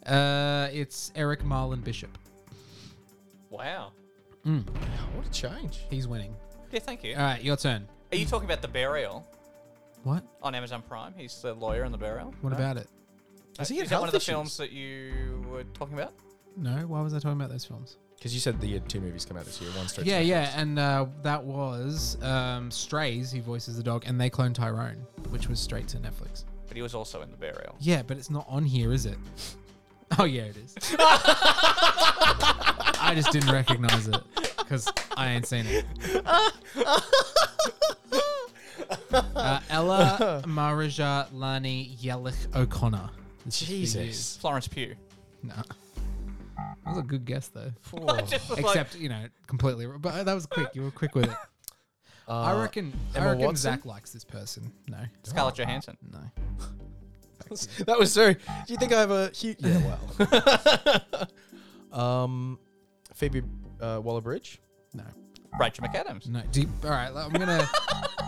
S2: Uh, it's Eric Marlon Bishop.
S3: wow.
S4: Oh, what a change.
S2: He's winning.
S3: Yeah, thank you.
S2: All right, your turn.
S3: Are you talking about the burial
S2: What?
S3: on Amazon Prime? He's the lawyer in the burial.
S2: What
S3: No?
S2: about it?
S4: Does he
S3: Is that one of the films that you were talking about?
S2: No. Why was I talking about those films?
S4: Because you said the uh, two movies come out this year. One straight.
S2: Yeah,
S4: to
S2: yeah, and uh, that was um, Strays. He voices the dog, and they clone Tyrone, which was straight to Netflix.
S3: But he was also in the burial.
S2: Yeah, but it's not on here, is it? Oh yeah, it is. I just didn't recognize it because I ain't seen it. Uh, Ella Maraja Lani Yelich O'Connor. This is for you.
S4: Jesus.
S3: Florence Pugh.
S2: Nah. That was a good guess though.
S3: I just was like,
S2: Except you know, completely. wrong. But uh, that was quick. You were quick with it.
S4: Uh,
S2: I reckon.
S4: Emma
S2: I reckon
S4: Watson?
S2: Zach likes this person. No,
S3: Scarlett Johansson.
S2: no.
S4: that was so. Do you think I have a huge? Yeah, well. um, Phoebe uh, Waller-Bridge.
S2: No,
S3: Rachel McAdams.
S2: no. Do you, all right, like, I'm gonna.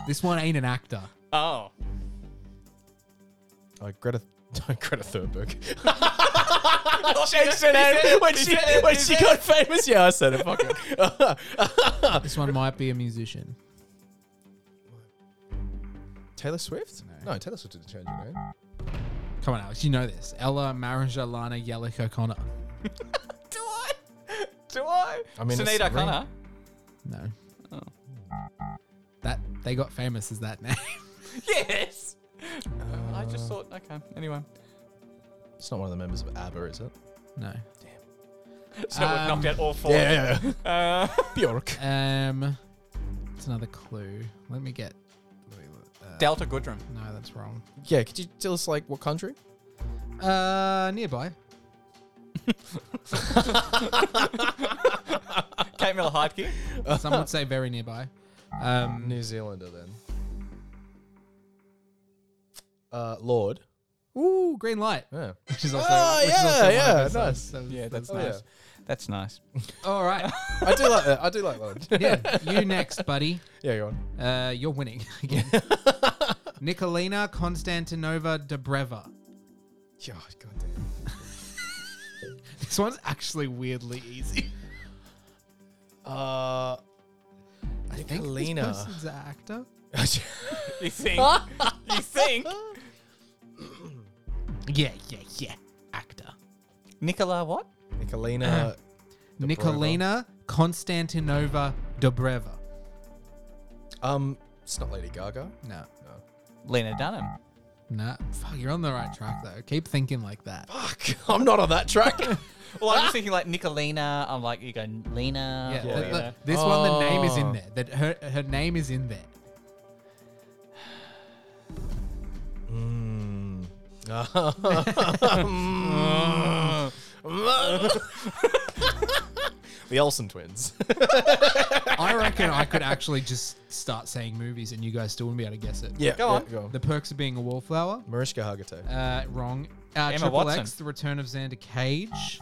S2: this one ain't an actor.
S3: Oh.
S4: Uh, Greta. No, Greta Thunberg.
S3: Changed her name when she- when she
S4: got famous, yeah, I said it. Fuck it.
S2: This one might be a musician.
S4: Taylor Swift?
S2: No.
S4: No. Taylor Swift didn't change her name.
S2: Come on, Alex, you know this. Ella Marajalana Yelich O'Connor.
S3: Do I? Do I?
S4: I mean,
S3: Sinead
S4: it's ring-
S3: O'Connor.
S2: No.
S4: Oh.
S2: That they got famous as that name.
S3: Yes. I just thought. Okay. Anyway.
S4: It's not one of the members of ABBA, is it?
S2: no.
S3: So we've knocked out all four.
S4: Yeah, yeah,
S3: Uh,
S4: Bjork.
S2: Um, it's another clue. Let me get. let me look. Uh,
S3: Delta Goodrum.
S2: no, that's wrong.
S4: Yeah, could you tell us like what country?
S2: Uh, nearby.
S3: Kate Miller Heidke.
S2: Some would say very nearby. Um,
S4: New Zealander then. Uh, Lord.
S2: Ooh, green light.
S4: Yeah.
S2: Which is also,
S4: Oh,
S2: which is
S4: yeah,
S2: also one of
S4: yeah,
S2: us,
S4: nice.
S2: so- so-
S3: Yeah, that's
S4: Oh,
S3: nice. That's nice.
S2: All right.
S4: I do like that. I do like Lord.
S2: Yeah, you next, buddy.
S4: yeah, go on.
S2: Uh, you're winning again. Nikolina Konstantinova Debreva.
S4: Yeah, goddamn.
S2: This one's actually weirdly easy. I
S4: Uh,
S2: think
S4: Nikolina.
S2: this person's an actor.
S3: You think? you think?
S2: Yeah, yeah, yeah. Actor.
S3: Nicola what?
S4: Nicolina. Dobreva.
S2: Nikolina Konstantinova Dobreva.
S4: Um, it's not Lady Gaga.
S2: No.
S3: Lena Dunham.
S2: Nah. Fuck, you're on the right track though. Keep thinking like that.
S4: Fuck, I'm not on that track.
S3: Well, I'm just thinking like Nicolina. I'm like, you go Lena.
S2: Yeah,
S3: or,
S2: th-
S3: you
S2: th-
S3: know.
S2: this one the name is in
S4: Oh.
S2: there. That her her name is in there.
S4: mm. the Olsen twins.
S2: I reckon I could actually just start saying movies and you guys still wouldn't be able to guess it.
S4: yeah,
S3: Go on.
S4: go on.
S2: The perks of being a wallflower.
S4: Mariska Hargitay.
S2: Uh, wrong. Uh,
S3: Emma
S2: Triple X,
S3: Watson.
S2: The Return of Xander Cage.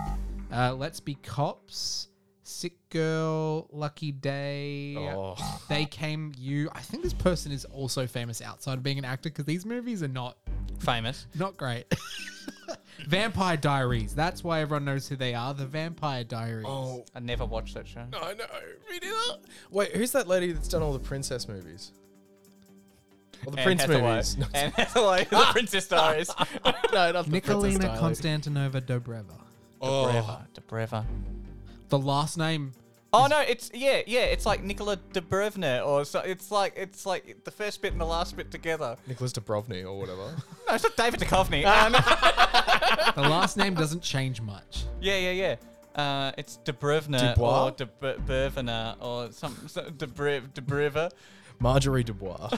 S2: Uh, Let's Be Cops. Sick Girl, Lucky Day.
S3: Oh.
S2: They Came You. I think this person is also famous outside of being an actor because these movies are not
S3: Famous.
S2: not great. Vampire Diaries. That's why everyone knows who they are. The Vampire Diaries.
S4: Oh,
S3: I never watched that show.
S4: I know. Me neither. Wait, who's that lady that's done all the princess movies? All the
S3: Anne
S4: prince
S3: Hathaway.
S4: movies. No,
S3: Anne Hathaway, the Princess Diaries.
S4: no, not the princess
S2: Nikolina
S4: diary.
S2: Konstantinova Dobreva.
S4: Oh,
S3: Debreva. Debreva.
S2: The last name.
S3: Oh no, it's yeah, yeah. It's like Nikola Debrevna, or so. It's like it's like the first bit and the last bit together.
S4: Nicholas Dubrovny or whatever.
S3: No, it's not David Duchovny. Um,
S2: The last name doesn't change much.
S3: yeah, yeah, yeah. Uh, it's Debrevna
S4: Dubois?
S3: or Debrevna or some, some Debrev Debreva.
S4: Marjorie Dubois.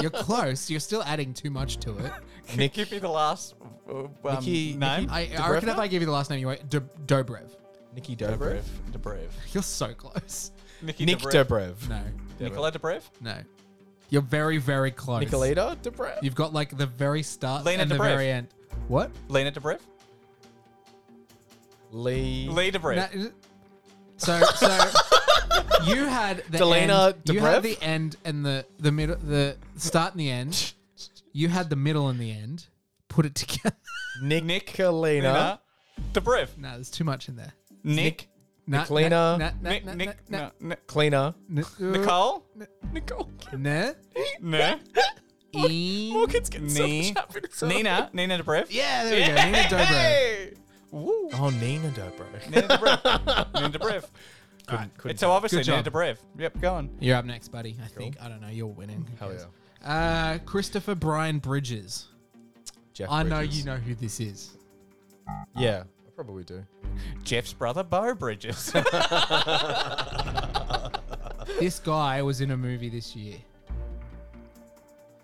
S2: You're close. You're still adding too much to it.
S3: Can you give me the last uh, um,
S4: Nikki-
S3: name?
S2: I, I reckon if I give you the last name, you won't. D- Dobrev.
S4: Nikki
S3: Debrev.
S4: Dobrev.
S3: Debrev.
S2: You're so close.
S3: Nikki
S4: Nick
S3: Debrev.
S4: Dobrev.
S2: No,
S3: Nikola Debrev.
S2: no. You're very, very close.
S4: Nicolita Dobrev.
S2: You've got like the very start
S3: Lena
S2: and the
S3: Dobrev.
S2: very end. What?
S3: Lena Debrev.
S4: Lee.
S3: Lee Debrev.
S2: Na- so, so you had the
S4: Delena
S2: end, you had
S4: Dobrev?
S2: the end and the the middle, the start and the end. You had the middle and the end. Put it together.
S4: Nick.
S3: Lena
S4: Nicolina.
S3: Debrev.
S2: no, there's too much in there.
S3: Nick.
S2: Na-
S4: Nicolina.
S2: na- na-
S3: Nick.
S2: na-
S3: Nick.
S2: na-
S3: no, no,
S4: Cleaner.
S2: na- na-
S3: Nicole.
S4: Nicole.
S2: na-
S3: No.
S2: e-
S3: Oh,
S4: Morgan's getting so
S3: Ni-
S4: much happiness.
S3: Nina. Nina Debrev.
S2: Yeah, there we go. Nina Dobrev.
S3: Hey! Woo.
S4: Oh, Nina Dobrev.
S3: Nina Debrev. Nina Debrev.
S4: Couldn't- couldn't
S3: It's so obviously
S2: Good
S3: Nina
S2: job.
S3: Debrev. Yep, go on.
S2: You're up next, buddy. I think I don't know. You're winning.
S4: Hell yeah.
S2: Uh, Christopher Brian Bridges.
S4: Jeff
S2: I know
S4: Bridges.
S2: you know who this is.
S4: Yeah, I probably do.
S3: Jeff's brother, Bo Bridges.
S2: this guy was in a movie this year.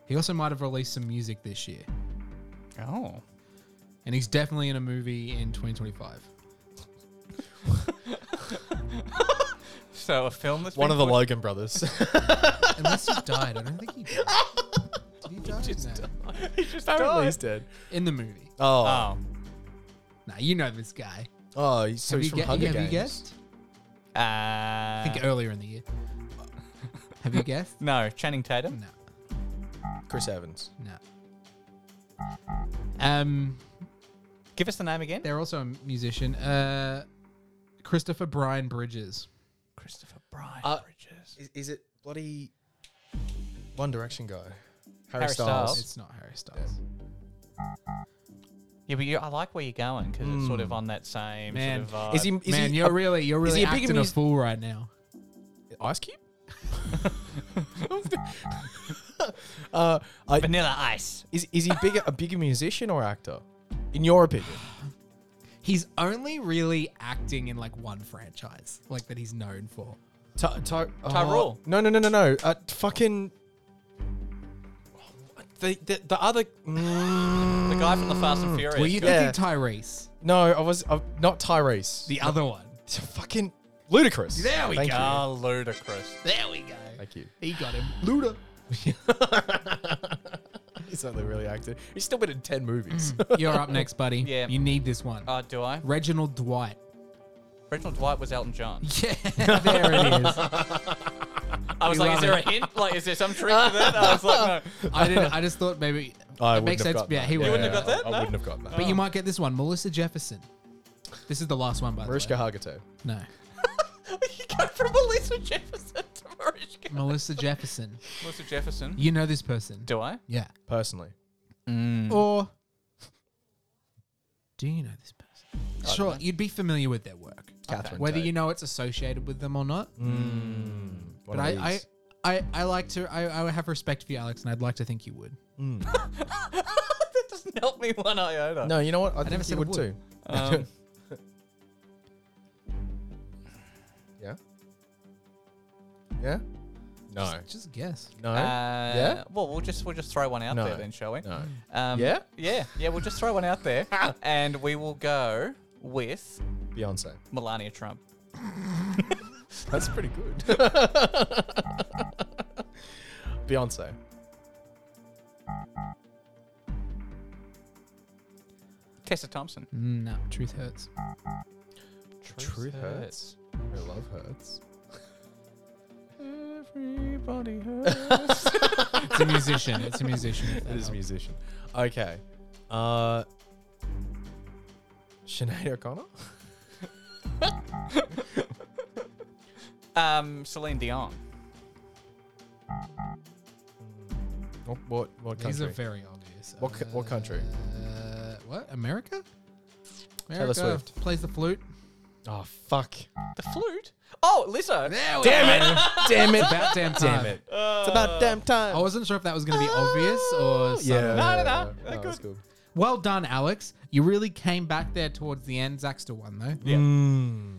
S2: He also might have released some music this year,
S3: oh.
S2: and he's definitely in a movie in 2025.
S3: So a film that's
S4: One
S3: been
S4: of the
S3: put-
S4: Logan brothers.
S2: Unless he died, I don't think he did. Did he die? No.
S3: He just
S4: Apparently
S3: died.
S4: he's dead.
S2: In the movie.
S4: Oh,
S3: Oh.
S2: Nah, you know this guy.
S4: oh, he's, so
S2: have you,
S4: he's from
S2: gue-
S4: Hunger
S2: have you
S4: Games.
S2: guessed? I think
S3: Uh,
S2: earlier in the year. have you guessed?
S3: no, Channing Tatum.
S2: No,
S4: Chris Evans.
S2: no. Um,
S3: Give us the name again.
S2: they're also a musician. Uh, Christopher Brian Bridges.
S3: Christopher Bryan
S4: Uh,
S3: Bridges.
S4: Is, is it bloody One Direction guy? Harry,
S3: Harry
S4: Styles.
S3: Styles.
S2: It's not Harry Styles.
S3: Yeah, but you, I like where you're going because it's sort of on that same
S2: Hmm. Man.
S3: sort of vibe.
S4: Is he? Is
S2: Man,
S4: he
S2: you're
S4: a-
S2: really you're
S4: is
S2: really
S4: he a big
S2: acting a
S4: amuse-
S2: fool right now.
S4: Ice Cube? uh, I,
S3: Vanilla Ice?
S4: is is he bigger a bigger musician or actor? In your opinion,
S2: He's only really acting in like one franchise, like that he's known for.
S4: Ty, Ty, oh,
S3: Tyrell.
S4: no, no, no, no, no. Uh, fucking. The, the, the other
S3: The guy from the Fast and Furious.
S2: Hmm. Were you
S3: guy.
S4: Yeah.
S2: thinking Tyrese,
S4: no, I was uh, not Tyrese.
S2: the other one?
S4: It's fucking ludicrous.
S2: There we
S4: Thank
S2: go.
S4: You.
S3: Ah, ludicrous.
S2: There we go.
S4: Thank you.
S2: He got him. Luda.
S4: He's only really acted. He's still been in ten movies.
S2: You're up next, buddy.
S3: Yeah.
S2: You need this one.
S4: Uh.
S3: Oh, do I?
S2: Reginald Dwight.
S3: Reginald Dwight was Elton John.
S2: Yeah, there it is.
S3: I
S2: We
S3: was like, is
S2: love
S3: there a hint? Like, is there some trick to that? I was like, no.
S2: I didn't. I just thought maybe
S4: I
S2: it makes
S4: wouldn't have
S2: sense.
S4: gotten
S2: Yeah,
S4: that.
S2: he would.
S3: wouldn't have got that,
S4: I
S3: no?
S4: wouldn't have got that.
S2: But you might get this one, Melissa Jefferson. This is the last one, by
S4: Mariska
S2: the way.
S4: Hargitay.
S2: No,
S3: you go from Melissa Jefferson to Mariska.
S2: Melissa Jefferson.
S3: Melissa Jefferson.
S2: You know this person.
S3: Do I?
S2: Yeah.
S4: personally.
S2: Or Mm. do you know this person? Sure, you'd be familiar with their work,
S4: Catherine
S2: whether
S4: Tate.
S2: you know it's associated with them or not.
S4: Mm. One
S2: But
S4: of
S2: I, I,
S4: these.
S2: I, I like to. I, I have respect for you, Alex, and I'd like to think you would.
S3: that doesn't help me one iota.
S4: no, you know what? I, think
S2: never
S4: never
S2: said
S4: said
S2: I
S4: would,
S2: would.
S4: too.
S3: Um,
S4: Yeah. Yeah. No.
S2: Just guess.
S4: No.
S3: uh,
S4: Yeah?
S3: Well, we'll just we'll just throw one out
S4: No.
S3: there then, shall we?
S4: no.
S3: Um,
S4: Yeah?
S3: Yeah. Yeah. We'll just throw one out there, and we will go with
S4: Beyonce.
S3: Melania Trump.
S4: That's pretty good. Beyonce.
S3: Tessa Thompson.
S2: Mm, No, truth hurts.
S4: Truth hurts. Real love hurts.
S2: Everybody hurts. it's a musician. It's a musician. if that
S4: It is
S2: helps.
S4: a musician. Okay. Uh Sinead O'Connor?
S3: Um, Celine Dion.
S4: What what, what country?
S2: These are very obvious.
S4: What cou- what country?
S2: Uh, what? America?
S4: Taylor
S2: America
S4: Swift.
S2: plays the flute.
S4: oh fuck.
S3: The flute? Oh, Lizzo.
S4: Damn it! Damn it!
S2: About damn time.
S4: Damn it.
S3: Uh,
S4: It's about damn time.
S2: I wasn't sure if that was going to be obvious or
S4: oh,
S2: subtle.
S3: No, no,
S4: yeah.
S3: no.
S4: yeah,
S3: They're
S4: that's good.
S2: Well done, Alex. You really came back there towards the end. Zach still won though.
S3: Yeah.
S4: Mm.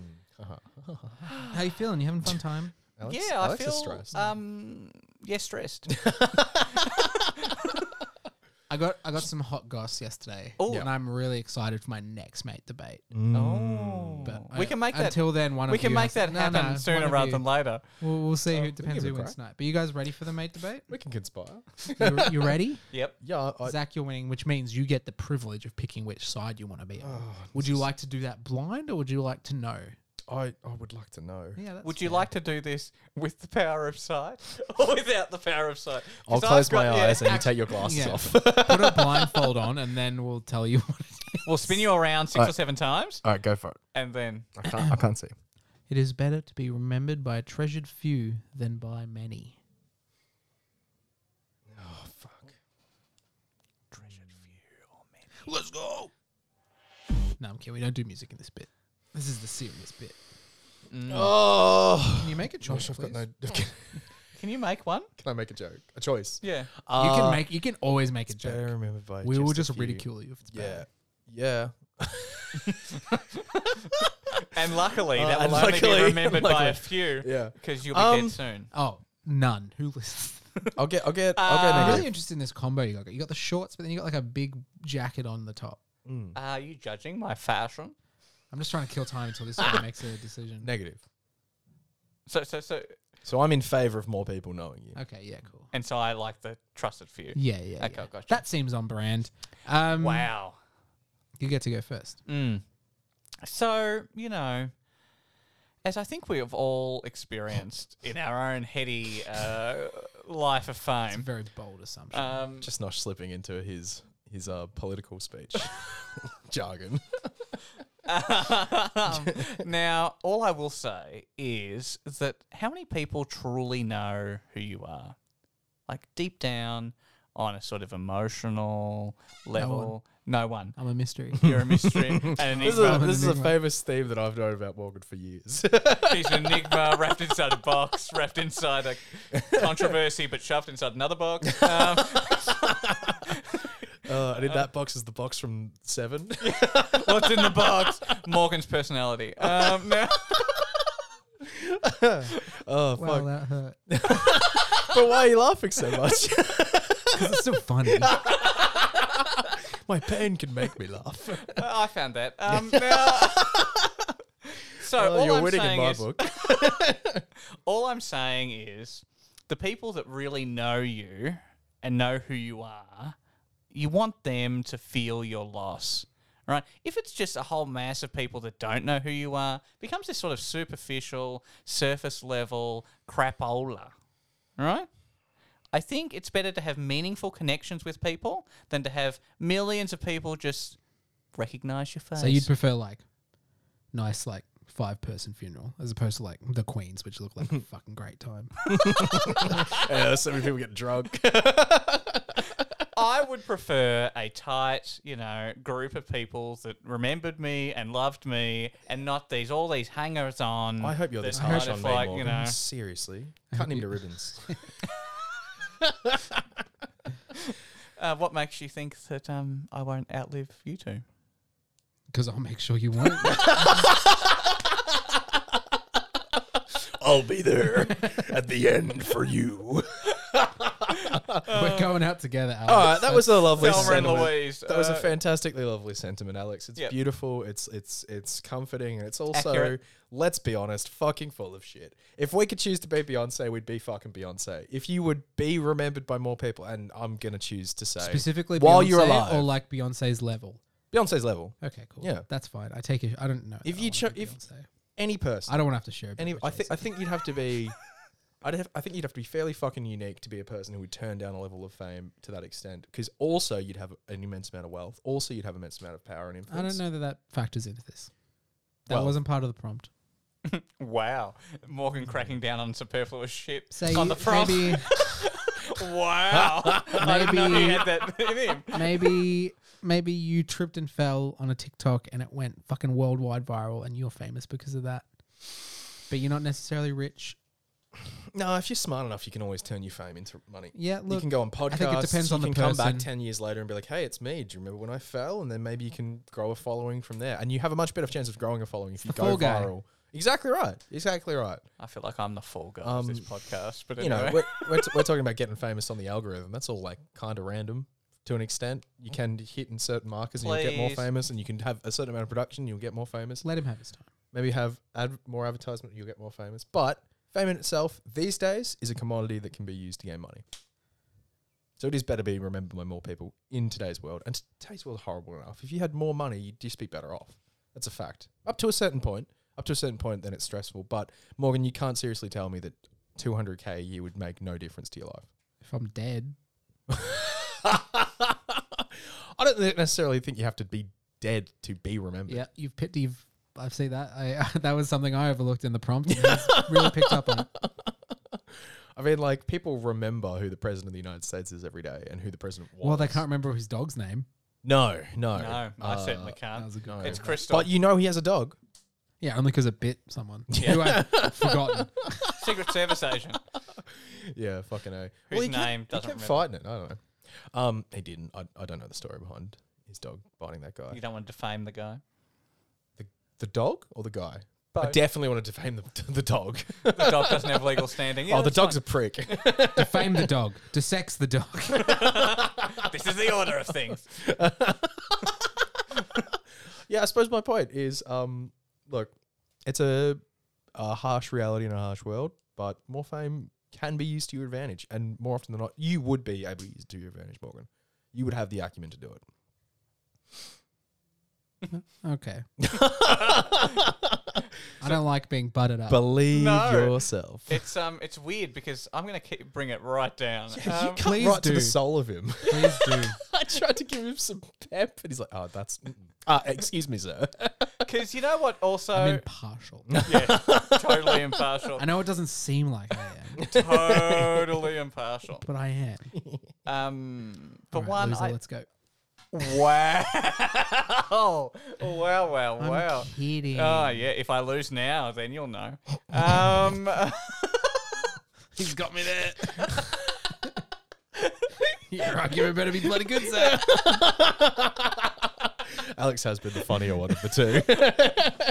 S2: How you feeling? You having fun time?
S4: Alex,
S3: yeah,
S4: Alex
S3: I feel.
S4: is stressed.
S3: Um, yeah, stressed.
S2: I got I got some hot goss yesterday,
S3: Ooh.
S2: and I'm really excited for my next mate debate.
S4: Mm.
S3: oh,
S2: But I-
S3: we can make that.
S2: until then. One
S3: We
S2: of
S3: can
S2: you
S3: make
S2: has-
S3: that
S2: no,
S3: happen
S2: no, one
S3: sooner
S2: of
S3: rather
S2: you.
S3: than Oh, later.
S2: We'll, we'll see
S4: we
S2: who
S4: can
S2: depends
S4: give it
S2: who
S4: a
S2: wins
S4: crack.
S2: tonight. But you guys ready for the mate debate?
S4: we can conspire.
S2: You, you ready?
S3: Yep.
S4: Yeah, I,
S2: Zach, you're winning, which means you get the privilege of picking which side you want to be on.
S3: Oh.
S4: oh,
S2: would you like to do that blind, or would you like to know?
S4: I, I would like to know.
S2: Yeah. That's
S3: Would you like to do this with the power of sight or without the power of sight? 'Cause I've got- yeah.
S4: and you take your glasses
S2: yeah. Put a blindfold on, and then we'll tell you. What it, is.
S3: We'll spin you around six or seven times,
S4: All right, go for it.
S3: and then
S4: I can't, I can't see.
S2: it is better to be remembered by a treasured few than by many.
S4: Oh, fuck.
S3: treasured few or many.
S2: Let's go. No, I'm kidding. We don't do music in this bit. This is the serious bit.
S4: Oh.
S3: mm. Oh.
S2: Can you make a choice?
S4: Gosh, I've got
S2: please?
S4: no. Can,
S3: Can you make one?
S4: can I make a joke? A choice.
S3: Yeah.
S2: You can make. You can always make a joke.
S4: Uh, Better remembered by.
S2: We will just
S4: a few.
S2: ridicule you if it's
S4: Yeah.
S2: bad.
S4: Yeah.
S3: Oh, And luckily,
S4: Uh,
S3: that will
S4: and
S3: only
S4: luckily-
S3: be remembered by a
S4: luckily.
S3: few.
S4: Yeah.
S3: Because you'll be
S4: Um,
S3: dead soon.
S2: Oh, none. Who listens?
S4: I'll get. I'll get. I'll get
S3: Uh,
S2: I'm
S4: negative.
S2: really interested in this combo you got. You got the shorts, but then you got like a big jacket on the top.
S4: Mm.
S3: Are you judging my fashion?
S2: I'm just trying to kill time until this guy makes a decision.
S4: Negative.
S3: So, so, so.
S4: So I'm in favor of more people knowing you.
S2: Okay, yeah, cool.
S3: And so I like the trusted few.
S2: Yeah, yeah.
S3: Okay,
S2: yeah.
S3: gotcha.
S2: That seems on brand. Um,
S3: Wow.
S2: You get to go first.
S3: Mm. So, you know, as I think we have all experienced in our own heady uh, life of
S2: It's a
S4: Mm.
S3: fame,
S2: very bold assumption.
S3: um,
S4: Just not slipping into his his uh political speech jargon.
S3: now, all I will say is that how many people truly know who you are? Like, deep down on a sort of emotional level, no one.
S2: I'm a mystery.
S3: You're a mystery and an
S4: This is, a,
S3: enigma.
S4: this is a
S2: Enigma.
S4: famous theme that I've known about Morgan for years.
S3: He's an enigma wrapped inside a box, wrapped inside a controversy, but shoved inside another box. Um,
S4: Uh, and in that box is the box from Seven.
S3: What's in the box? Morgan's personality. Um, no.
S4: oh fuck!
S2: wow, that hurt.
S4: But why are you laughing so much?
S2: 'Cause it's still funny.
S4: My pain can make me laugh.
S3: I found that. Um, now- so all
S4: Oh, you're
S3: I'm
S4: winning in
S3: saying
S4: my
S3: is,
S4: book.
S3: all I'm saying is, the people that really know you and know who you are, you want them to feel your loss. Right? If it's just a whole mass of people that don't know who you are, it becomes this sort of superficial, surface level crapola. Right? I think it's better to have meaningful connections with people than to have millions of people just recognize your face.
S2: So you'd prefer like nice like five person funeral as opposed to like the Queens, which look like a fucking great time.
S4: yeah, so many people get drunk.
S3: I would prefer a tight, you know, group of people that remembered me and loved me, and not these all these hangers on.
S4: I hope you're
S3: that
S4: this
S3: kind
S4: harsh
S3: of
S4: on
S3: like,
S4: me, Morgan.
S3: You know,
S4: Seriously, cutting him to ribbons.
S3: uh, what makes you think that um, I won't outlive you two?
S2: Because I'll make sure you won't.
S4: I'll be there at the end for you.
S2: We're going out together. Alex.
S4: All right, that was a lovely
S3: Thelma and
S4: sentiment.
S3: Louise.
S4: That was a
S3: uh,
S4: fantastically lovely sentiment, Alex. It's
S3: Yep.
S4: beautiful. It's it's it's comforting, and it's also
S3: Accurate.
S4: let's be honest, fucking full of shit. If we could choose to be Beyonce, we'd be fucking Beyonce. If you would be remembered by more people, and I'm gonna choose to say
S2: specifically
S4: while
S2: Beyonce
S4: you're alive,
S2: or like Beyonce's level.
S4: Beyonce's level.
S2: Okay, cool.
S4: Yeah.
S2: that's fine. I take it. I don't know.
S4: If
S2: I
S4: you
S2: wanna
S4: cho-
S2: be
S4: if-
S2: Beyonce.
S4: Any person.
S2: I don't want to have to share.
S4: any. I
S2: beverages.
S4: think. I think you'd have to be. I'd have, I think you'd have to be fairly fucking unique to be a person who would turn down a level of fame to that extent. Because also you'd have an immense amount of wealth. Also you'd have immense amount of power and
S2: I
S4: influence.
S2: don't know that that factors into this. That
S4: Well-
S2: wasn't part of the prompt.
S3: Wow. Morgan cracking down on superfluous shit
S2: Say
S3: on the prompt.
S2: maybe
S3: Wow. I didn't know he
S2: Maybe-
S3: had that in him.
S2: maybe maybe you tripped and fell on a TikTok and it went fucking worldwide viral and you're famous because of that. But you're not necessarily rich.
S4: No, if you're smart enough, you can always turn your fame into money.
S2: Yeah,
S4: you
S2: look.
S4: can go on podcasts.
S2: I think it depends
S4: you
S2: on the
S4: can come back
S2: person.
S4: ten years later and be like, "Hey, it's me. Do you remember when I fell?" And then maybe you can grow a following from there, and you have a much better chance of growing a following if you
S2: the
S4: go
S2: fall guy.
S4: viral. Exactly right. Exactly right.
S3: I feel like I'm the fall guy
S4: Um,
S3: of this podcast, but
S4: You know,
S3: anyway.
S4: we're, we're, t- we're talking about getting famous on the algorithm. That's all like kind of random to an extent. You can hit in certain markers and you'll get more
S3: Please.
S4: famous, and you can have a certain amount of production, you'll get more famous.
S2: Let him have his time.
S4: Maybe have ad- more advertisement, you'll get more famous. But fame in itself these days is a commodity that can be used to gain money. So it is better being remembered by more people in today's world. And today's world is horrible enough. If you had more money, you'd just be better off. That's a fact. Up to a certain point. Up to a certain point, then it's stressful. But Morgan, you can't seriously tell me that 200k a year would make no difference to your life.
S2: If I'm dead,
S4: I don't necessarily think you have to be dead to be remembered.
S2: yeah, you've picked. You've I've seen that. I that was something I overlooked in the prompt. and he's really picked up on it.
S4: I mean, like people remember who the president of the United States is every day and who the president was.
S2: Well, they can't remember his dog's name.
S4: No, no,
S3: no, I
S4: Uh,
S3: certainly
S2: That
S3: can't.
S2: was a good.
S4: no.
S3: It's Crystal.
S4: But you know he has a dog.
S2: Yeah, only because it bit someone who I forgotten.
S3: Secret Service agent.
S4: Yeah, fucking a.
S3: Whose
S4: he kept-
S3: name
S4: he
S3: doesn't
S4: kept
S3: remember.
S4: fighting it. I don't know. Um, he didn't. I, I don't know the story behind his dog biting that guy.
S3: You don't want to defame the guy.
S4: The dog or the guy? I
S3: Both.
S4: definitely want to defame the, the dog.
S3: The dog doesn't have legal standing. Yeah,
S4: oh, the
S3: that's
S4: dog's a prick.
S2: Defame the dog. Desex the dog.
S3: fine. This is the order of things.
S4: yeah, I suppose my point is, um, look, it's a, a harsh reality in a harsh world, but more fame can be used to your advantage, and more often than not, you would be able to use it to your advantage, Morgan. You would have the acumen to do it.
S2: Okay. I don't like being butted up.
S4: Believe
S3: No.
S4: yourself.
S3: It's um, it's weird because I'm gonna keep bring it right down.
S4: you
S3: Um,
S4: cut
S2: please
S4: right to the
S2: do.
S4: soul of him.
S2: Please do.
S4: I tried to give him some pep, and he's like, "Oh, that's mm. uh, excuse me, sir."
S3: Because you know what? Also,
S2: I'm impartial.
S3: yeah, totally impartial.
S2: I know it doesn't seem like I am,
S3: totally impartial.
S2: but I am.
S3: Um, for
S2: All right,
S3: one,
S2: loser,
S3: I,
S2: let's go.
S3: wow, wow, wow,
S2: I'm
S3: wow.
S2: kidding.
S3: Oh yeah, if I lose now, then you'll know. Um,
S2: He's got me there. Your argument better be bloody good, sir.
S4: Alex has been the funnier one of the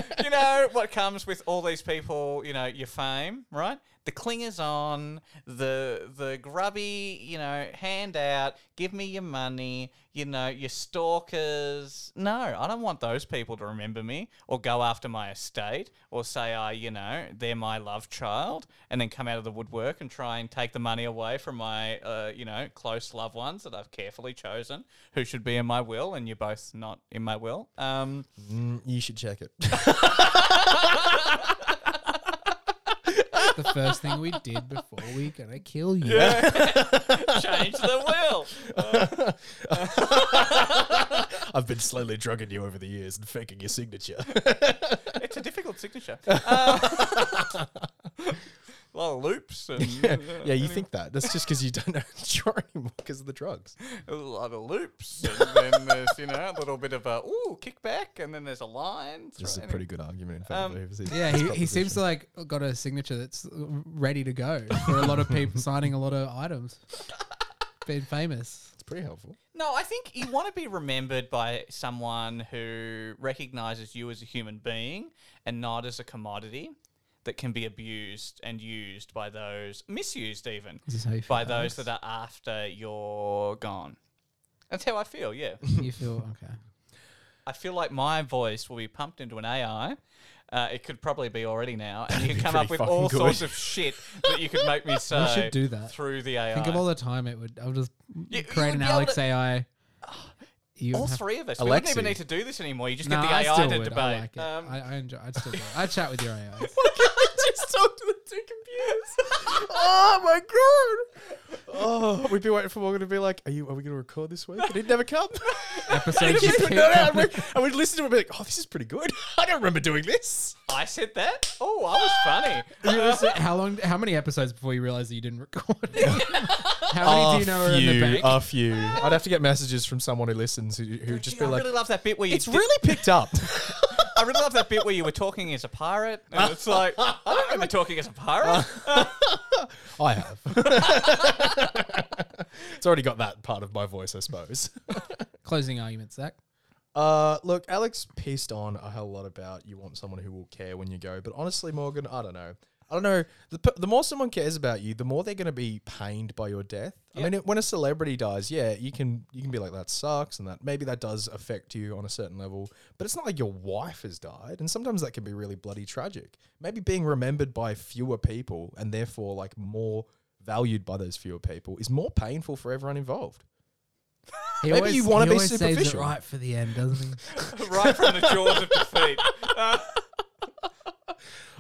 S4: two.
S3: you know what comes with all these people, you know, your fame, right? The clingers on, the the grubby, you know, handout, give me your money, you know, your stalkers. No, I don't want those people to remember me or go after my estate or say I, you know, they're my love child and then come out of the woodwork and try and take the money away from my, uh, you know, close loved ones that I've carefully chosen who should be in my will and you're both not in my will. Um,
S4: Mm, you should check it.
S2: the first thing we did before we gonna kill you.
S3: change the will.
S4: I've been slowly drugging you over the years and faking your signature.
S3: It's a difficult signature. Uh, a lot of loops. And,
S4: yeah, you think that? That's just because you don't know the drawer anymore because of the drugs.
S3: a lot of loops, and then there's you know a little bit of a ooh kickback, and then there's a line.
S4: This is a
S3: through-
S4: pretty good argument in
S3: Um,
S4: favor of his, his
S2: Yeah, he, he
S4: proposition.
S2: seems to like got a signature that's ready to go for a lot of people signing a lot of items. Been famous.
S4: It's pretty helpful.
S3: No, I think you want to be remembered by someone who recognizes you as a human being and not as a commodity that can be abused and used by those misused even
S2: Is this how you feel?
S3: by those that are after you're gone. That's how I feel. Yeah.
S2: that you feel okay.
S3: I feel like my voice will be pumped into an AI. Uh, it could probably be already now, and you
S4: be
S3: can come up
S4: pretty
S3: with all
S4: fucking
S3: sorts
S4: good.
S3: of shit that you could make me say.
S2: should do that.
S3: through the AI.
S2: Think of all the time it would. I'll just
S3: You- you
S2: create
S3: would
S2: an
S3: be able
S2: Alex
S3: to-
S2: AI. you
S3: All
S2: have-
S3: three of us. We
S4: Alexi.
S3: wouldn't even need to do this anymore. You just
S2: No,
S3: get the
S2: I
S3: AI
S2: still
S3: to
S2: would.
S3: debate.
S2: I like it.
S3: Um,
S2: I, I enjoy. I'd still. Would. I chat with your AI.
S4: I just talked to the two computers. oh my god. Oh, we've been waiting for Morgan to be like, "Are you? Are we going to record this week?" And he'd never come.
S2: Episode
S4: He'd
S2: just keep
S4: never come out.
S2: coming.
S4: and, we, and we'd listen to him and be like, "Oh, this is pretty good. I don't remember doing this."
S3: I said that. Oh, I was
S2: You
S3: funny.
S2: listen- how long? How many episodes before you realized that you didn't record? it? how many do you know are in the bank?
S4: A few. Uh, I'd have to get messages from someone who listens who who would just be
S3: I
S4: like,
S3: really love that bit where you.
S4: "It's
S3: did-
S4: really picked up."
S3: I really love that bit where you were talking as a pirate, and it's like I don't remember talking as a pirate.
S4: I have. it's already got that part of my voice, I suppose.
S2: Closing argument, Zach.
S4: Uh, look, Alex pissed on a hell lot about you want someone who will care when you go, but honestly, Morgan, I don't know. I don't know. The, p- the more someone cares about you, the more they're going to be pained by your death. I mean, it, when a celebrity dies, yeah, you can you can be like that sucks, and that maybe that does affect you on a certain level. But it's not like your wife has died, and sometimes that can be really bloody tragic. Maybe being remembered by fewer people and therefore like more valued by those fewer people is more painful for everyone involved.
S2: He
S4: Maybe you wanna
S2: he
S4: be
S2: always saves it
S4: superficial.
S2: right for the end, doesn't he?
S3: right from the jaws of defeat.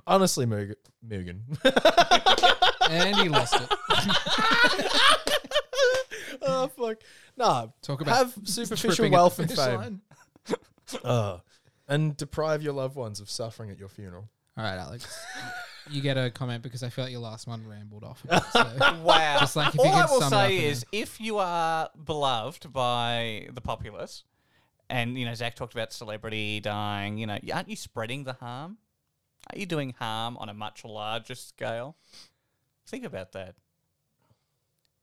S4: Honestly, Morgan, Morgan.
S2: and he lost it.
S4: oh fuck. Nah.
S2: Talk about
S4: have superficial
S2: tripping at
S4: wealth
S2: the
S4: and
S2: finish
S4: fame.
S2: line.
S4: Uh, and deprive your loved ones of suffering at your funeral.
S2: All right, Alex. You get a comment because I feel like your last one rambled off. a bit, so.
S3: Wow.
S2: Just like if you
S3: All I
S2: could
S3: will
S2: sum it up in
S3: say is if you are beloved by the populace, and, you know, Zach talked about celebrity dying, you know, aren't you spreading the harm? Are you doing harm on a much larger scale? Think about that.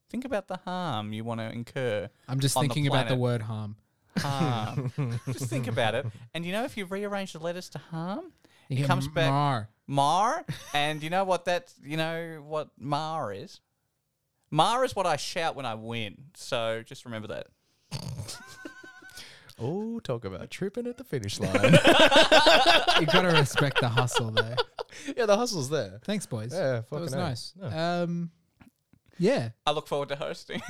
S3: Think about the harm you want to incur.
S2: I'm just
S3: On the
S2: thinking about the
S3: planet.
S2: word harm.
S3: Harm. Just think about it. And you know, if you rearrange the letters to harm,
S2: You
S3: it
S2: get
S3: comes back.
S2: Mar.
S3: Mar, and you know what that you know what Mar is? Mar is what I shout when I win. So just remember that.
S4: Oh, talk about tripping at the finish line.
S2: You gotta respect the hustle, though.
S4: yeah, the hustle's there.
S2: Thanks, boys.
S4: Yeah,
S2: that was
S4: fucking hell.
S2: nice. Um, yeah.
S3: I look forward to hosting.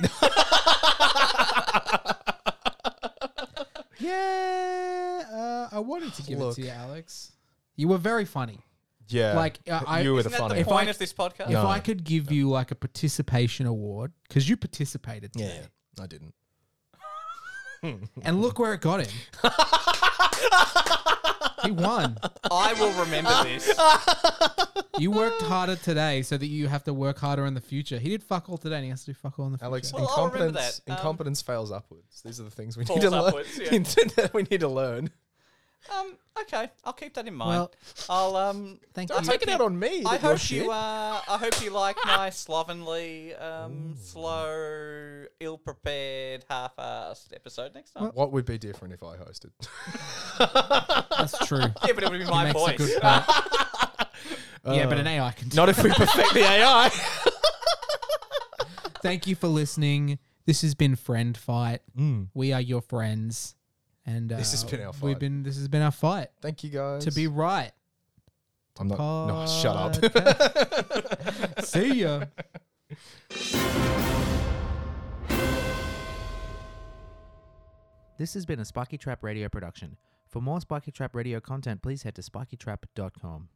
S2: Yeah, uh, I wanted to give
S4: Look.
S2: it to you, Alex. You were very funny.
S4: Yeah.
S2: Like, uh, I-
S4: you were the
S3: Isn't that
S4: funny.
S3: the point
S2: I-
S3: of this podcast?
S2: If
S4: No.
S2: I could give you like a participation award, because you participated
S4: yeah,
S2: today,
S4: I didn't.
S2: and look where it got him. he won.
S3: I will remember this.
S2: You worked harder today, so that you have to work harder in the future. He did fuck all today, and he has to do fuck all in the future.
S4: Alex,
S3: Well, I'll remember
S4: incompetence
S3: that. Um,
S4: incompetence fails upwards. These are the things we need
S3: Falls
S4: to learn.
S3: upwards, yeah.
S4: that we need to learn.
S3: Um, okay, I'll keep that in mind.
S2: Well-
S3: I'll um.
S2: Thank
S4: Don't
S2: you.
S4: take it out on me.
S3: I
S4: that you're
S3: hope
S4: shit.
S3: you uh, I hope you like my slovenly, um, slow, ill-prepared, half-assed episode next time.
S4: What would be different if I hosted?
S2: That's true.
S3: yeah, but it would be
S2: He
S3: my
S2: makes a
S3: voice.
S2: good point. yeah, but an AI can. do
S4: Not if we perfect the AI.
S2: Thank you for listening. This has been Friend Fight. We are your friends, and uh,
S4: Mm. This has been our
S2: We've
S4: fight.
S2: been. This has been our fight
S4: Thank you guys.
S2: to be right.
S4: I'm not. No, shut up.
S2: Podcast. See ya.
S5: This has been a Spiky Trap Radio production. For more Spiky Trap Radio content, please head to spikytrap.com.